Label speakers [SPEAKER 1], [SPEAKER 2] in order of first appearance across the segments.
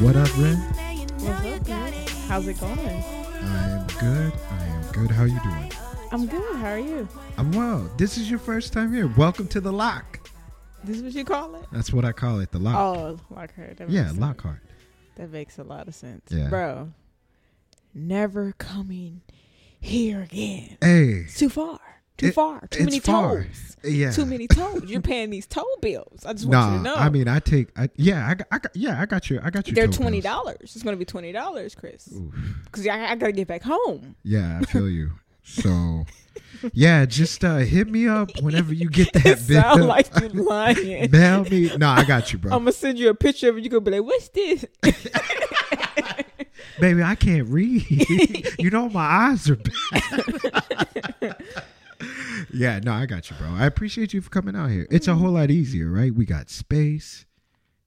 [SPEAKER 1] What up, Ren?
[SPEAKER 2] What's up, man? How's it going?
[SPEAKER 1] I am good. I am good. How you doing?
[SPEAKER 2] I'm good. How are you?
[SPEAKER 1] I'm well. This is your first time here. Welcome to the lock.
[SPEAKER 2] This is what you call it?
[SPEAKER 1] That's what I call it, the lock.
[SPEAKER 2] Oh, Lockhart. That
[SPEAKER 1] yeah,
[SPEAKER 2] makes Sense.
[SPEAKER 1] Lockhart.
[SPEAKER 2] That makes a lot of sense.
[SPEAKER 1] Yeah.
[SPEAKER 2] Bro, never coming here again.
[SPEAKER 1] Hey,
[SPEAKER 2] Too far. Too
[SPEAKER 1] It-
[SPEAKER 2] far. Too
[SPEAKER 1] it's
[SPEAKER 2] many
[SPEAKER 1] far.
[SPEAKER 2] tolls.
[SPEAKER 1] yeah.
[SPEAKER 2] Too many tolls. You're paying these toll bills. I just want you
[SPEAKER 1] Nah,
[SPEAKER 2] to know.
[SPEAKER 1] I mean, I take. I, yeah, I, got- I got. Yeah, I got your. I got your.
[SPEAKER 2] they're
[SPEAKER 1] toll
[SPEAKER 2] twenty
[SPEAKER 1] bills.
[SPEAKER 2] dollars. It's gonna be twenty dollars, Chris.
[SPEAKER 1] Oof.
[SPEAKER 2] Because I, I gotta get back home.
[SPEAKER 1] Yeah, I feel you. So, yeah, just uh, hit me up whenever you get that bill.
[SPEAKER 2] Sound like you lying.
[SPEAKER 1] Mail me. No, I got you, bro.
[SPEAKER 2] I'm gonna send you a picture of it. You're gonna be like, "What's this?"
[SPEAKER 1] Baby, I can't read. you know my eyes are bad. yeah, no, I got you, bro. I appreciate you for coming out here. It's a whole lot easier, right? We got space.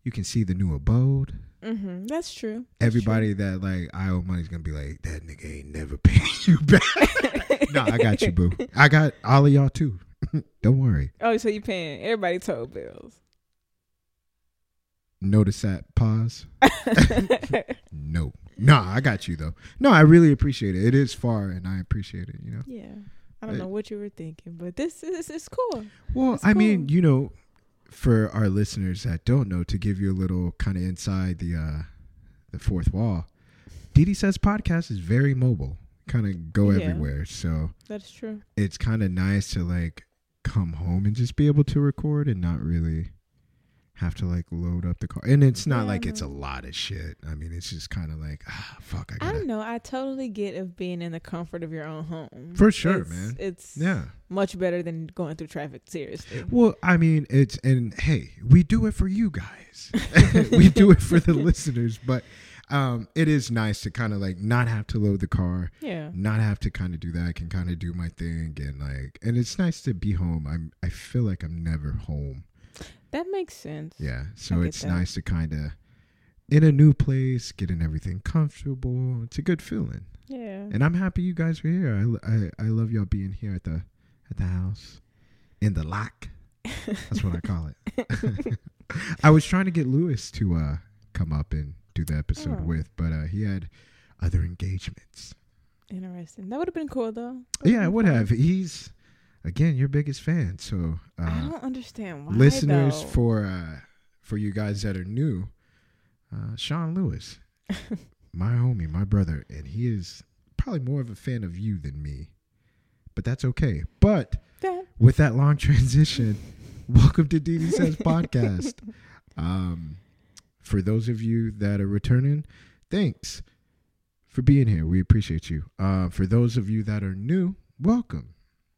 [SPEAKER 1] You can see the new abode.
[SPEAKER 2] hmm That's true.
[SPEAKER 1] Everybody that like I owe money's gonna be like, that nigga ain't never paying you back. no, I got you, boo. I got all of y'all too. Don't worry.
[SPEAKER 2] Oh, so you paying everybody toll bills?
[SPEAKER 1] Notice that pause. No. Nah, I got you though. No, I really appreciate it. It is far and I appreciate it, you know.
[SPEAKER 2] yeah, I don't know what you were thinking, but this is it's cool.
[SPEAKER 1] Well,
[SPEAKER 2] That's
[SPEAKER 1] I mean,
[SPEAKER 2] cool.
[SPEAKER 1] you know, for our listeners that don't know, to give you a little kind of inside the uh the fourth wall, Didi says podcast is very mobile, kind of go
[SPEAKER 2] Yeah.
[SPEAKER 1] everywhere. So
[SPEAKER 2] That's true.
[SPEAKER 1] it's kind of nice to like come home and just be able to record and not really have to like load up the car. And it's not
[SPEAKER 2] Yeah, I
[SPEAKER 1] like it's a
[SPEAKER 2] know.
[SPEAKER 1] lot of shit. I mean, it's just kind of like ah, fuck, I
[SPEAKER 2] I
[SPEAKER 1] gotta.
[SPEAKER 2] don't know. I totally get of being in the comfort of your own home.
[SPEAKER 1] For sure,
[SPEAKER 2] It's-
[SPEAKER 1] man.
[SPEAKER 2] It's
[SPEAKER 1] yeah.
[SPEAKER 2] much better than going through traffic. Seriously.
[SPEAKER 1] Well, I mean, it's and hey, we do it for you guys. we do it for the listeners, but um, it is nice to kind of like not have to load the car,
[SPEAKER 2] Yeah.
[SPEAKER 1] not have to kind of do that. I can kind of do my thing and like, and it's nice to be home. I'm I feel like I'm never home.
[SPEAKER 2] That makes sense.
[SPEAKER 1] Yeah, so
[SPEAKER 2] get
[SPEAKER 1] it's
[SPEAKER 2] that.
[SPEAKER 1] nice to kind of in a new place, getting everything comfortable. It's a good feeling,
[SPEAKER 2] Yeah.
[SPEAKER 1] and I'm happy you guys are here. I I, I love y'all being here at the at the house in the lock. That's what I call it. I was trying to get Lewis to uh, come up and do the episode
[SPEAKER 2] Oh.
[SPEAKER 1] with, but uh, he had other engagements.
[SPEAKER 2] Interesting. That would have been cool though.
[SPEAKER 1] Yeah, I would have. He's again your biggest fan, so
[SPEAKER 2] I
[SPEAKER 1] uh,
[SPEAKER 2] don't understand why
[SPEAKER 1] listeners
[SPEAKER 2] though.
[SPEAKER 1] for uh, for you guys that are new, uh, Sean Lewis, my homie, my brother, and he is probably more of a fan of you than me, but that's okay. But
[SPEAKER 2] that.
[SPEAKER 1] with that long transition, welcome to DD Says Podcast. Um, for those of you that are returning, thanks for being here. We appreciate you. Uh, for those of you that are new, welcome.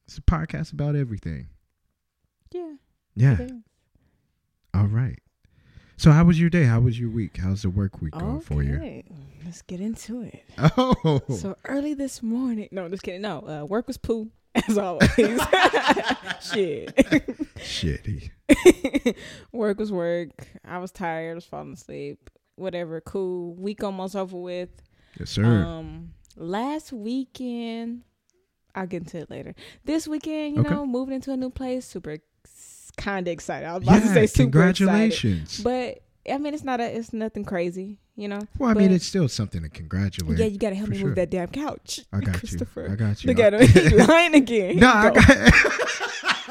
[SPEAKER 1] It's a podcast about everything.
[SPEAKER 2] Yeah.
[SPEAKER 1] Yeah.
[SPEAKER 2] it is.
[SPEAKER 1] All right. So, how was your day? How was your week? How's the work week going for you?
[SPEAKER 2] Okay. Let's get into it.
[SPEAKER 1] Oh,
[SPEAKER 2] So early this morning. No, I'm just kidding. No, uh, work was poo as always. Shit.
[SPEAKER 1] shit. He-
[SPEAKER 2] work was work. I was tired. I was falling asleep. Whatever. Cool. Week almost over with.
[SPEAKER 1] Yes, sir.
[SPEAKER 2] Um, last weekend. I'll get into it later. This weekend, you
[SPEAKER 1] Okay.
[SPEAKER 2] know, moving into a new place. Super kind of excited. I was about to say super excited.
[SPEAKER 1] congratulations.
[SPEAKER 2] But I mean, it's not a. It's nothing crazy. You know.
[SPEAKER 1] well, I mean,
[SPEAKER 2] but-
[SPEAKER 1] it's still something to congratulate.
[SPEAKER 2] Yeah, you gotta help
[SPEAKER 1] for
[SPEAKER 2] me
[SPEAKER 1] sure.
[SPEAKER 2] move that damn couch.
[SPEAKER 1] I got you.
[SPEAKER 2] Christopher.
[SPEAKER 1] I got you.
[SPEAKER 2] Look at him. He's lying again.
[SPEAKER 1] no,
[SPEAKER 2] he
[SPEAKER 1] I
[SPEAKER 2] go,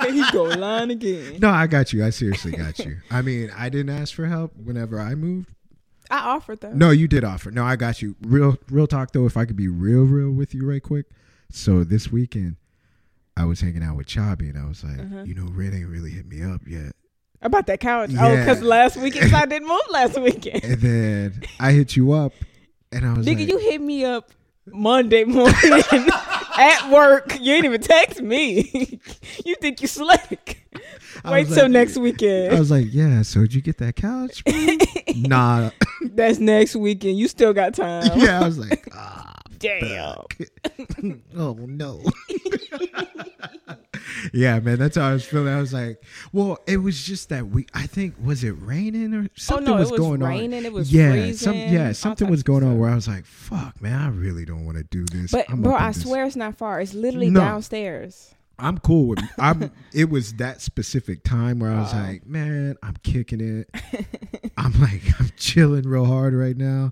[SPEAKER 1] got.
[SPEAKER 2] he go lying again.
[SPEAKER 1] No, I got you. I seriously got you. I mean, I didn't ask for help whenever I moved.
[SPEAKER 2] I offered though.
[SPEAKER 1] No, you did offer. No, I got you. Real real talk though, if I could be real real with you right quick. So this weekend I was hanging out with Chabi and I was like,
[SPEAKER 2] Uh-huh.
[SPEAKER 1] you know, Red ain't really hit me up yet.
[SPEAKER 2] About that couch. Oh,
[SPEAKER 1] Yeah.
[SPEAKER 2] 'cause last weekend 'cause I didn't move last weekend.
[SPEAKER 1] And then I hit you up and I was
[SPEAKER 2] Nigga,
[SPEAKER 1] like
[SPEAKER 2] you hit me up Monday morning at work. You didn't even text me. you think you slick.
[SPEAKER 1] I
[SPEAKER 2] Wait
[SPEAKER 1] was like-
[SPEAKER 2] till
[SPEAKER 1] uh,
[SPEAKER 2] next
[SPEAKER 1] I
[SPEAKER 2] weekend.
[SPEAKER 1] was like, Yeah, so did you get that couch? man?" nah.
[SPEAKER 2] That's next weekend. You still got time.
[SPEAKER 1] yeah, I was like, ah
[SPEAKER 2] Damn.
[SPEAKER 1] oh no. yeah, man, that's how I was feeling. I was like, well, it was just that we. I think was it raining or something
[SPEAKER 2] oh no,
[SPEAKER 1] was,
[SPEAKER 2] it was
[SPEAKER 1] going on.
[SPEAKER 2] raining. It was
[SPEAKER 1] yeah,
[SPEAKER 2] freezing.
[SPEAKER 1] some
[SPEAKER 2] all
[SPEAKER 1] yeah, something
[SPEAKER 2] types
[SPEAKER 1] was
[SPEAKER 2] of
[SPEAKER 1] going
[SPEAKER 2] stuff.
[SPEAKER 1] on where I was like, fuck, man, I really don't want to do this.
[SPEAKER 2] But
[SPEAKER 1] I'm
[SPEAKER 2] bro,
[SPEAKER 1] up in
[SPEAKER 2] I
[SPEAKER 1] this-
[SPEAKER 2] swear it's not far. It's literally
[SPEAKER 1] No.
[SPEAKER 2] downstairs.
[SPEAKER 1] I'm cool with I'm it was that specific time where I was
[SPEAKER 2] Oh.
[SPEAKER 1] like, man, I'm kicking it. I'm like I'm chilling real hard right now.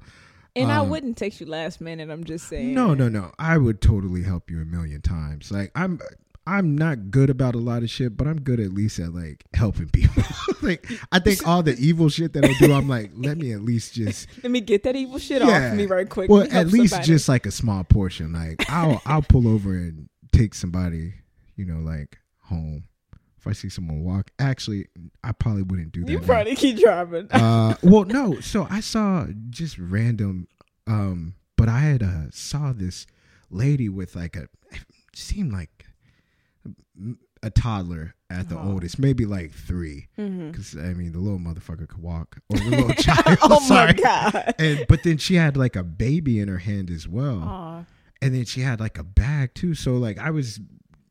[SPEAKER 2] And I
[SPEAKER 1] Um,
[SPEAKER 2] wouldn't text you last minute. I'm just saying.
[SPEAKER 1] No, no, no. I would totally help you a million times. Like I'm I'm not good about a lot of shit, but I'm good at least at like helping people. like I think all the evil shit that I do, I'm like, let me at least just
[SPEAKER 2] Let me get that evil shit
[SPEAKER 1] Yeah.
[SPEAKER 2] off me right quick.
[SPEAKER 1] well,
[SPEAKER 2] Let me
[SPEAKER 1] at
[SPEAKER 2] help
[SPEAKER 1] least
[SPEAKER 2] somebody.
[SPEAKER 1] just like a small portion. Like I'll I'll pull over and take somebody, you know, like home. If I see someone walk, actually, I probably wouldn't do that.
[SPEAKER 2] You
[SPEAKER 1] now.
[SPEAKER 2] probably keep driving.
[SPEAKER 1] uh, well, no. So I saw just random, um, but I had uh, saw this lady with like a seemed like a toddler at the
[SPEAKER 2] Oh.
[SPEAKER 1] oldest, maybe like three,
[SPEAKER 2] Mhm.
[SPEAKER 1] because I mean the little motherfucker could walk or the little child.
[SPEAKER 2] oh
[SPEAKER 1] sorry.
[SPEAKER 2] my god.
[SPEAKER 1] And but then she had like a baby in her hand as well
[SPEAKER 2] Aw.
[SPEAKER 1] and then she had like a bag too so like i was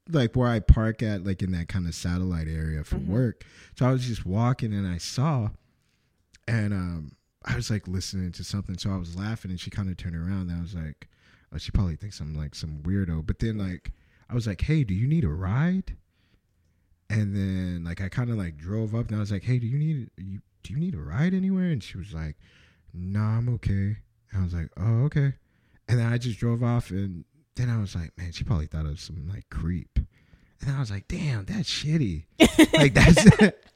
[SPEAKER 1] like where i park at like in that kind of satellite area for
[SPEAKER 2] Mhm.
[SPEAKER 1] work so i was just walking and i saw and um i was like listening to something so i was laughing and she kind of turned around and i was like oh she probably thinks i'm like some weirdo but then like i was like hey do you need a ride and then like i kind of like drove up and i was like hey do you need you do you need a ride anywhere and she was like nah i'm okay and i was like oh okay and then I just drove off, and then I was like, man, she probably thought I was some like creep. And I was like, damn, that's shitty. like that's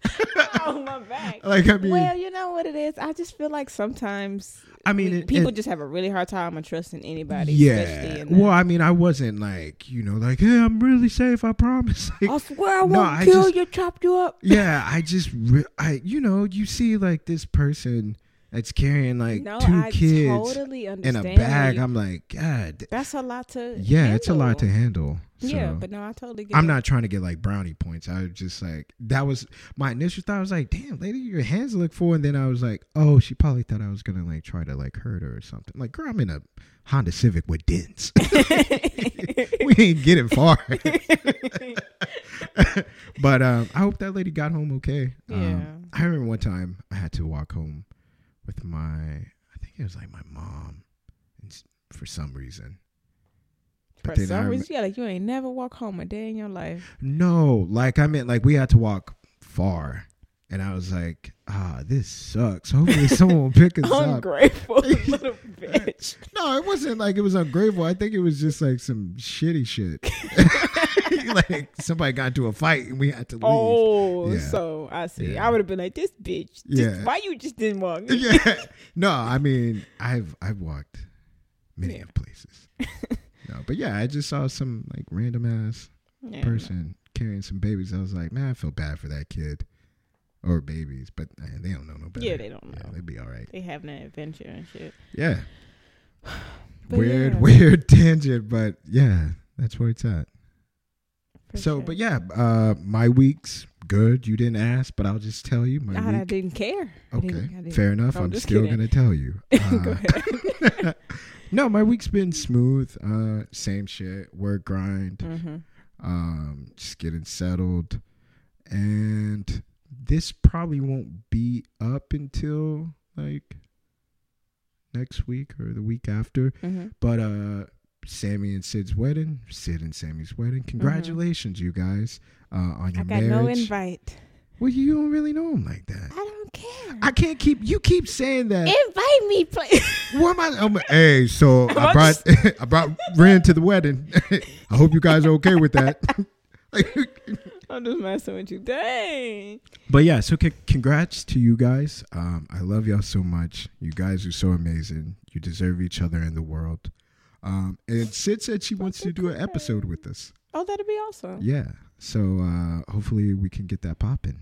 [SPEAKER 2] oh my back.
[SPEAKER 1] like I mean,
[SPEAKER 2] well, you know what it is. I just feel like sometimes
[SPEAKER 1] I mean,
[SPEAKER 2] we-
[SPEAKER 1] it-
[SPEAKER 2] people
[SPEAKER 1] it-
[SPEAKER 2] just have a really hard time of trusting anybody. especially
[SPEAKER 1] yeah.
[SPEAKER 2] in the-
[SPEAKER 1] Well, I mean, I wasn't like you know like hey, I'm really safe. I promise. Like,
[SPEAKER 2] I Oh, swear I
[SPEAKER 1] No,
[SPEAKER 2] won't
[SPEAKER 1] I
[SPEAKER 2] kill
[SPEAKER 1] just-
[SPEAKER 2] you, chop you up.
[SPEAKER 1] yeah, I just re- I you know you see like this person that's carrying like
[SPEAKER 2] no,
[SPEAKER 1] two
[SPEAKER 2] I
[SPEAKER 1] kids
[SPEAKER 2] totally
[SPEAKER 1] in
[SPEAKER 2] understand.
[SPEAKER 1] a bag.
[SPEAKER 2] you.
[SPEAKER 1] I'm like, God,
[SPEAKER 2] That's a lot to.
[SPEAKER 1] yeah, it's a lot to
[SPEAKER 2] handle.
[SPEAKER 1] handle.
[SPEAKER 2] Yeah,
[SPEAKER 1] so.
[SPEAKER 2] but no, I totally get.
[SPEAKER 1] I'm
[SPEAKER 2] it.
[SPEAKER 1] not trying to get like brownie points. I was just like, that was my initial thought. I was like, damn, lady, your hands look full. And then I was like, oh, she probably thought I was gonna like try to like hurt her or something. Like, girl, I'm in a Honda Civic with dents. we ain't getting far. but um, I hope that lady got home okay.
[SPEAKER 2] Yeah.
[SPEAKER 1] Um, I remember one time I had to walk home with my, I think it was like my mom, and s- for some reason.
[SPEAKER 2] For
[SPEAKER 1] then I
[SPEAKER 2] some
[SPEAKER 1] rem-
[SPEAKER 2] reason, yeah, like you ain't never walk home a day in your life.
[SPEAKER 1] No, like I meant like we had to walk far. And I was like, ah, this sucks. Hopefully someone will pick us up.
[SPEAKER 2] Ungrateful little bitch.
[SPEAKER 1] No, it wasn't like it was ungrateful. I think it was just like some shitty shit. like somebody got into a fight and we had to leave.
[SPEAKER 2] Oh,
[SPEAKER 1] Yeah.
[SPEAKER 2] so I see.
[SPEAKER 1] Yeah.
[SPEAKER 2] I would have been like, this bitch. Just,
[SPEAKER 1] Yeah.
[SPEAKER 2] Why you just didn't walk?
[SPEAKER 1] Yeah. No, I mean I've I've walked many
[SPEAKER 2] Yeah.
[SPEAKER 1] places. No, but yeah, I just saw some like random ass
[SPEAKER 2] Yeah.
[SPEAKER 1] person carrying some babies. I was like, man, I feel bad for that kid or babies, but man, they don't know no better.
[SPEAKER 2] Yeah, they don't know.
[SPEAKER 1] they'd be all right.
[SPEAKER 2] They having an adventure and shit.
[SPEAKER 1] Yeah.
[SPEAKER 2] But
[SPEAKER 1] weird,
[SPEAKER 2] yeah.
[SPEAKER 1] weird tangent, but yeah, that's where it's at. so, but yeah, uh, my week's good. You didn't ask, but I'll just tell you my
[SPEAKER 2] God, I
[SPEAKER 1] week.
[SPEAKER 2] didn't care. I
[SPEAKER 1] Okay,
[SPEAKER 2] didn't- I didn't-
[SPEAKER 1] fair enough.
[SPEAKER 2] I'm
[SPEAKER 1] I'm,
[SPEAKER 2] just
[SPEAKER 1] still
[SPEAKER 2] kidding.
[SPEAKER 1] gonna tell you. Uh,
[SPEAKER 2] Go ahead.
[SPEAKER 1] no, my week's been smooth. Uh, same shit, work grind.
[SPEAKER 2] hmm
[SPEAKER 1] um, just getting settled. And this probably won't be up until like next week or the week after.
[SPEAKER 2] hmm
[SPEAKER 1] But uh, Sammy and Sid's wedding, Sid and Sammy's wedding. Congratulations, you guys, uh, on
[SPEAKER 2] I
[SPEAKER 1] your
[SPEAKER 2] got
[SPEAKER 1] marriage.
[SPEAKER 2] no invite.
[SPEAKER 1] Well, you don't really know him like that.
[SPEAKER 2] I don't care.
[SPEAKER 1] I can't keep you keep saying that.
[SPEAKER 2] invite me, please.
[SPEAKER 1] What am I? I'm, hey, so I
[SPEAKER 2] I'm
[SPEAKER 1] brought I brought Ren to the wedding. I hope you guys are okay with that. like,
[SPEAKER 2] I'm just messing with you. Dang.
[SPEAKER 1] But yeah, so c- congrats to you guys. Um, I love y'all so much. You guys are so amazing. You deserve each other in the world. Um, and Sid said she wants to do an episode with us.
[SPEAKER 2] Oh, that'd be awesome.
[SPEAKER 1] Yeah. So uh, hopefully we can get that popping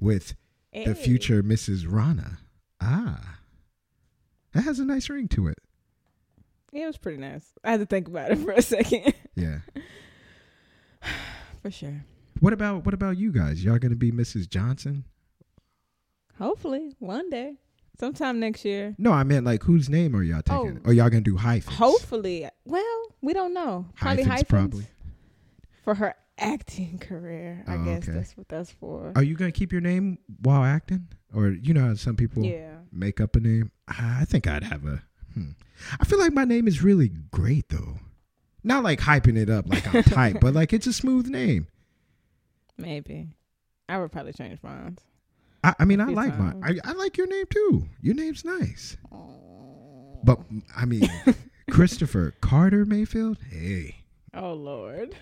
[SPEAKER 1] with the
[SPEAKER 2] Hey.
[SPEAKER 1] future Mrs. Rana. Ah, that has a nice ring to it.
[SPEAKER 2] Yeah, it was pretty nice. I had to think about it for a second.
[SPEAKER 1] Yeah.
[SPEAKER 2] for sure.
[SPEAKER 1] What about what about you guys? Y'all gonna be Mrs. Johnson?
[SPEAKER 2] Hopefully, one day, sometime next year.
[SPEAKER 1] No, I meant like whose name are y'all taking? Or y'all gonna do hyphens?
[SPEAKER 2] Hopefully, well, we don't know. Probably
[SPEAKER 1] Hyphens,
[SPEAKER 2] hyphens
[SPEAKER 1] probably.
[SPEAKER 2] for her acting career. I
[SPEAKER 1] Oh,
[SPEAKER 2] guess
[SPEAKER 1] okay.
[SPEAKER 2] that's what that's for.
[SPEAKER 1] Are you gonna keep your name while acting, or you know how some people
[SPEAKER 2] yeah.
[SPEAKER 1] make up a name? I I think I'd have a. Hmm. I feel like my name is really great though. Not like hyping it up like I'm tight, but like it's a smooth name.
[SPEAKER 2] Maybe. I would probably change mine.
[SPEAKER 1] I, I mean, I
[SPEAKER 2] Few
[SPEAKER 1] like mine. I, I like your name too. Your name's nice. But I mean, Christopher Carter Mayfield. Hey,
[SPEAKER 2] Oh Lord.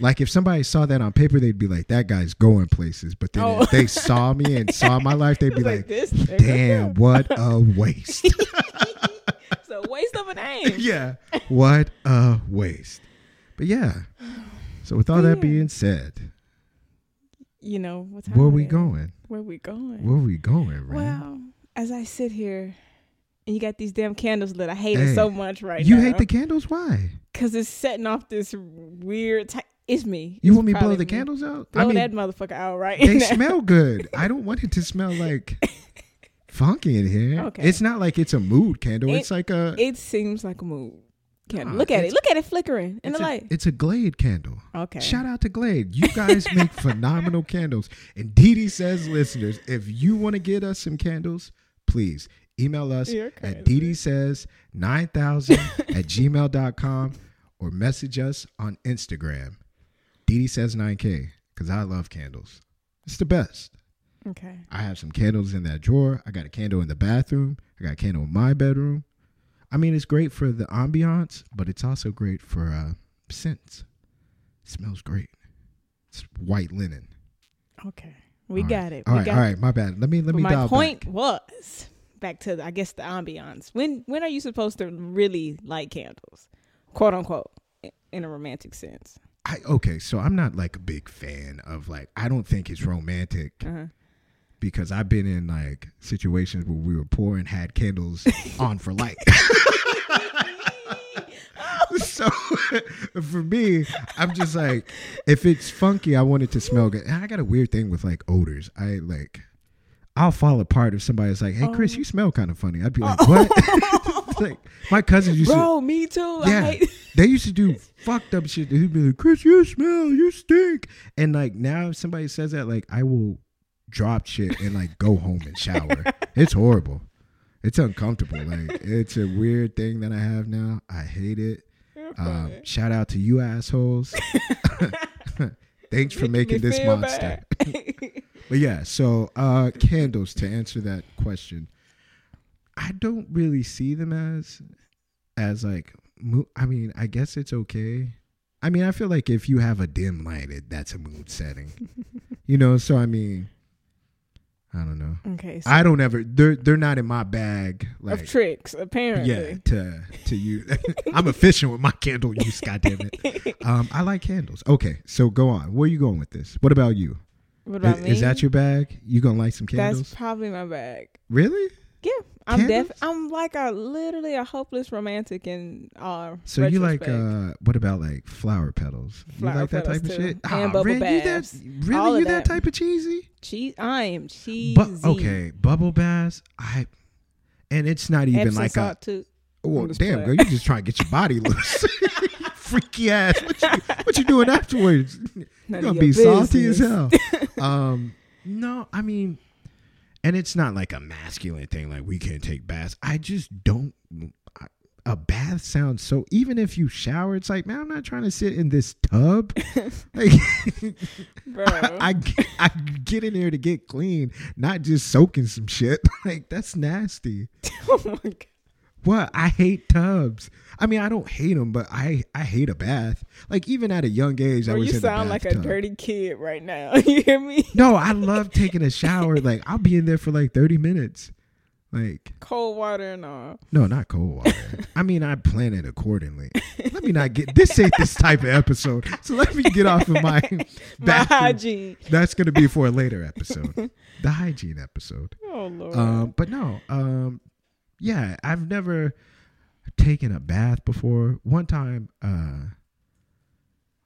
[SPEAKER 1] like if somebody saw that on paper, they'd be like, "That guy's going places." But then if
[SPEAKER 2] Oh.
[SPEAKER 1] they saw me and saw my life, they'd be
[SPEAKER 2] It's like,
[SPEAKER 1] like,
[SPEAKER 2] this nigga.
[SPEAKER 1] "Damn, what a waste."
[SPEAKER 2] It's a waste of a name.
[SPEAKER 1] yeah, what a waste. But yeah. So with all that
[SPEAKER 2] Yeah.
[SPEAKER 1] being said,
[SPEAKER 2] You know what time
[SPEAKER 1] where
[SPEAKER 2] it
[SPEAKER 1] we
[SPEAKER 2] is.
[SPEAKER 1] going?
[SPEAKER 2] Where we going?
[SPEAKER 1] Where we going, right?
[SPEAKER 2] well, as I sit here and you got these damn candles lit, I hate it
[SPEAKER 1] Hey,
[SPEAKER 2] so much right
[SPEAKER 1] you
[SPEAKER 2] now.
[SPEAKER 1] hate the candles? Why?
[SPEAKER 2] because it's setting off this weird. Ty- it's me.
[SPEAKER 1] You
[SPEAKER 2] It's
[SPEAKER 1] want me to blow
[SPEAKER 2] probably
[SPEAKER 1] the candles out?
[SPEAKER 2] Blow
[SPEAKER 1] I mean,
[SPEAKER 2] that motherfucker out right
[SPEAKER 1] they
[SPEAKER 2] now.
[SPEAKER 1] smell good. I don't want it to smell like funky in here.
[SPEAKER 2] Okay.
[SPEAKER 1] It's not like it's a mood candle.
[SPEAKER 2] It-
[SPEAKER 1] it's like a
[SPEAKER 2] It seems like a mood. Candle.
[SPEAKER 1] Nah,
[SPEAKER 2] look at
[SPEAKER 1] it's-
[SPEAKER 2] it. Look at it flickering in
[SPEAKER 1] it's
[SPEAKER 2] the
[SPEAKER 1] a,
[SPEAKER 2] light.
[SPEAKER 1] it's a Glade candle.
[SPEAKER 2] Okay.
[SPEAKER 1] Shout out to Glade. You guys make phenomenal candles. And Dee Dee says, listeners, if you want to get us some candles, please email us
[SPEAKER 2] You're
[SPEAKER 1] at
[SPEAKER 2] crazy.
[SPEAKER 1] Dee Dee says 9000 at gmail.com or message us on Instagram. Dee Dee says 9K because I love candles. It's the best.
[SPEAKER 2] Okay.
[SPEAKER 1] I have some candles in that drawer. I got a candle in the bathroom. I got a candle in my bedroom. I mean, it's great for the ambiance, but it's also great for uh, scents. smells great. It's white linen.
[SPEAKER 2] Okay. We
[SPEAKER 1] All right.
[SPEAKER 2] got it.
[SPEAKER 1] All
[SPEAKER 2] we
[SPEAKER 1] right,
[SPEAKER 2] got
[SPEAKER 1] all
[SPEAKER 2] it.
[SPEAKER 1] right. My bad. Let me let
[SPEAKER 2] But
[SPEAKER 1] me
[SPEAKER 2] my
[SPEAKER 1] dial
[SPEAKER 2] point
[SPEAKER 1] back.
[SPEAKER 2] was back to the, I guess the ambiance. When when are you supposed to really light candles, quote unquote, i- in a romantic sense?
[SPEAKER 1] I, okay, so I'm not like a big fan of like I don't think it's romantic
[SPEAKER 2] Uh-huh.
[SPEAKER 1] because I've been in like situations where we were poor and had candles on for light. so for me, I'm just like, if it's funky, I want it to smell good. And I got a weird thing with like odors. I like, I'll fall apart if somebody's like, "Hey,
[SPEAKER 2] Oh.
[SPEAKER 1] Chris, you smell kind of funny." I'd be like, "What?" It's like my cousins used
[SPEAKER 2] Bro, me too.
[SPEAKER 1] to, yeah,
[SPEAKER 2] I hate,
[SPEAKER 1] they used to do fucked up shit. They'd be like, "Chris, you smell, you stink," and like now, if somebody says that, like I will drop shit and like go home and shower. it's horrible. It's uncomfortable. Like it's a weird thing that I have now. I hate it. Um, shout out to you assholes. Thanks for making
[SPEAKER 2] me
[SPEAKER 1] this
[SPEAKER 2] feel
[SPEAKER 1] monster.
[SPEAKER 2] bad.
[SPEAKER 1] But yeah, so uh, candles to answer that question, I don't really see them as as like. Mo- I mean, I guess it's okay. I mean, I feel like if you have a dim light, it, that's a mood setting. you know, so I mean, I don't know.
[SPEAKER 2] okay. So
[SPEAKER 1] I don't ever. They're they're not in my bag. Like
[SPEAKER 2] of tricks, apparently.
[SPEAKER 1] yeah, to to you. I'm efficient with my candle use. Goddamn it. Um, I like candles. Okay, so go on. Where you going with this? What about you?
[SPEAKER 2] What
[SPEAKER 1] I-
[SPEAKER 2] about
[SPEAKER 1] is,
[SPEAKER 2] me?
[SPEAKER 1] that your bag? You gonna light some
[SPEAKER 2] That's
[SPEAKER 1] candles?
[SPEAKER 2] probably my bag.
[SPEAKER 1] really?
[SPEAKER 2] Yeah, I'm
[SPEAKER 1] Candles?
[SPEAKER 2] def. I'm like a literally a hopeless romantic in uh.
[SPEAKER 1] So you like
[SPEAKER 2] retrospect.
[SPEAKER 1] uh what about like flower petals? you
[SPEAKER 2] Flower
[SPEAKER 1] like that type
[SPEAKER 2] petals
[SPEAKER 1] of
[SPEAKER 2] too.
[SPEAKER 1] shit?
[SPEAKER 2] And bubble
[SPEAKER 1] Ren, you that-
[SPEAKER 2] baths.
[SPEAKER 1] really
[SPEAKER 2] All of
[SPEAKER 1] you that
[SPEAKER 2] that.
[SPEAKER 1] type of cheesy?
[SPEAKER 2] cheese? I am cheesy.
[SPEAKER 1] But okay, bubble baths, I and it's not even
[SPEAKER 2] Epsom
[SPEAKER 1] like a
[SPEAKER 2] salt too.
[SPEAKER 1] well,
[SPEAKER 2] I'm just
[SPEAKER 1] damn
[SPEAKER 2] playing.
[SPEAKER 1] girl, you just trying to get your body loose. Freaky ass. What you, what you doing afterwards?
[SPEAKER 2] None
[SPEAKER 1] You're
[SPEAKER 2] of
[SPEAKER 1] gonna
[SPEAKER 2] your
[SPEAKER 1] be salty as
[SPEAKER 2] business.
[SPEAKER 1] hell. um, no, I mean, and it's not like a masculine thing. Like we can't take baths. I just don't. I, a bath sounds so. Even if you shower, it's like man, I'm not trying to sit in this tub. like
[SPEAKER 2] bro.
[SPEAKER 1] I, get- I get in there to get clean, not just soaking some shit. like that's nasty.
[SPEAKER 2] oh my god.
[SPEAKER 1] What I hate tubs. I mean, I don't hate them, but I I hate a bath. Like even at a young age, I
[SPEAKER 2] Bro,
[SPEAKER 1] was
[SPEAKER 2] you
[SPEAKER 1] in
[SPEAKER 2] sound
[SPEAKER 1] the
[SPEAKER 2] like a
[SPEAKER 1] bathtub.
[SPEAKER 2] dirty kid right now. you hear me?
[SPEAKER 1] No, I love taking a shower. Like I'll be in there for like thirty minutes. Like
[SPEAKER 2] Cold water and all.
[SPEAKER 1] no, not cold water. I mean, I plan it accordingly. Let me not get this ain't this type of episode. So let me get off of my
[SPEAKER 2] My
[SPEAKER 1] back.
[SPEAKER 2] hygiene.
[SPEAKER 1] That's gonna be for a later episode, the hygiene episode.
[SPEAKER 2] Oh lord.
[SPEAKER 1] Um, but no, um, yeah, I've never taken a bath before. One time, uh,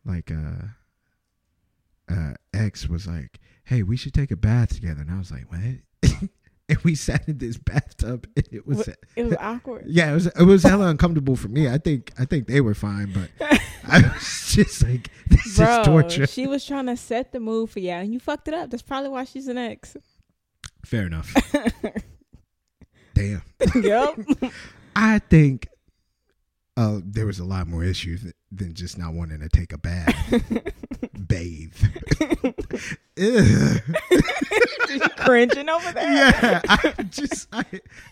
[SPEAKER 1] like uh, uh, ex was like, "Hey, we should take a bath together," and I was like, "What?" and we sat in this bathtub, and it was.
[SPEAKER 2] What- it was awkward.
[SPEAKER 1] Yeah, it was it was hella uncomfortable for me. I think I think they were fine, but I was just like, this
[SPEAKER 2] Bro,
[SPEAKER 1] is torture.
[SPEAKER 2] she was trying to set the mood for you, and you fucked it up. That's probably why she's an ex.
[SPEAKER 1] Fair enough. Damn.
[SPEAKER 2] yep.
[SPEAKER 1] I think uh, there was a lot more issues than just not wanting to take a bath, bathe. Ugh.
[SPEAKER 2] Just cringing over there.
[SPEAKER 1] yeah, I just I,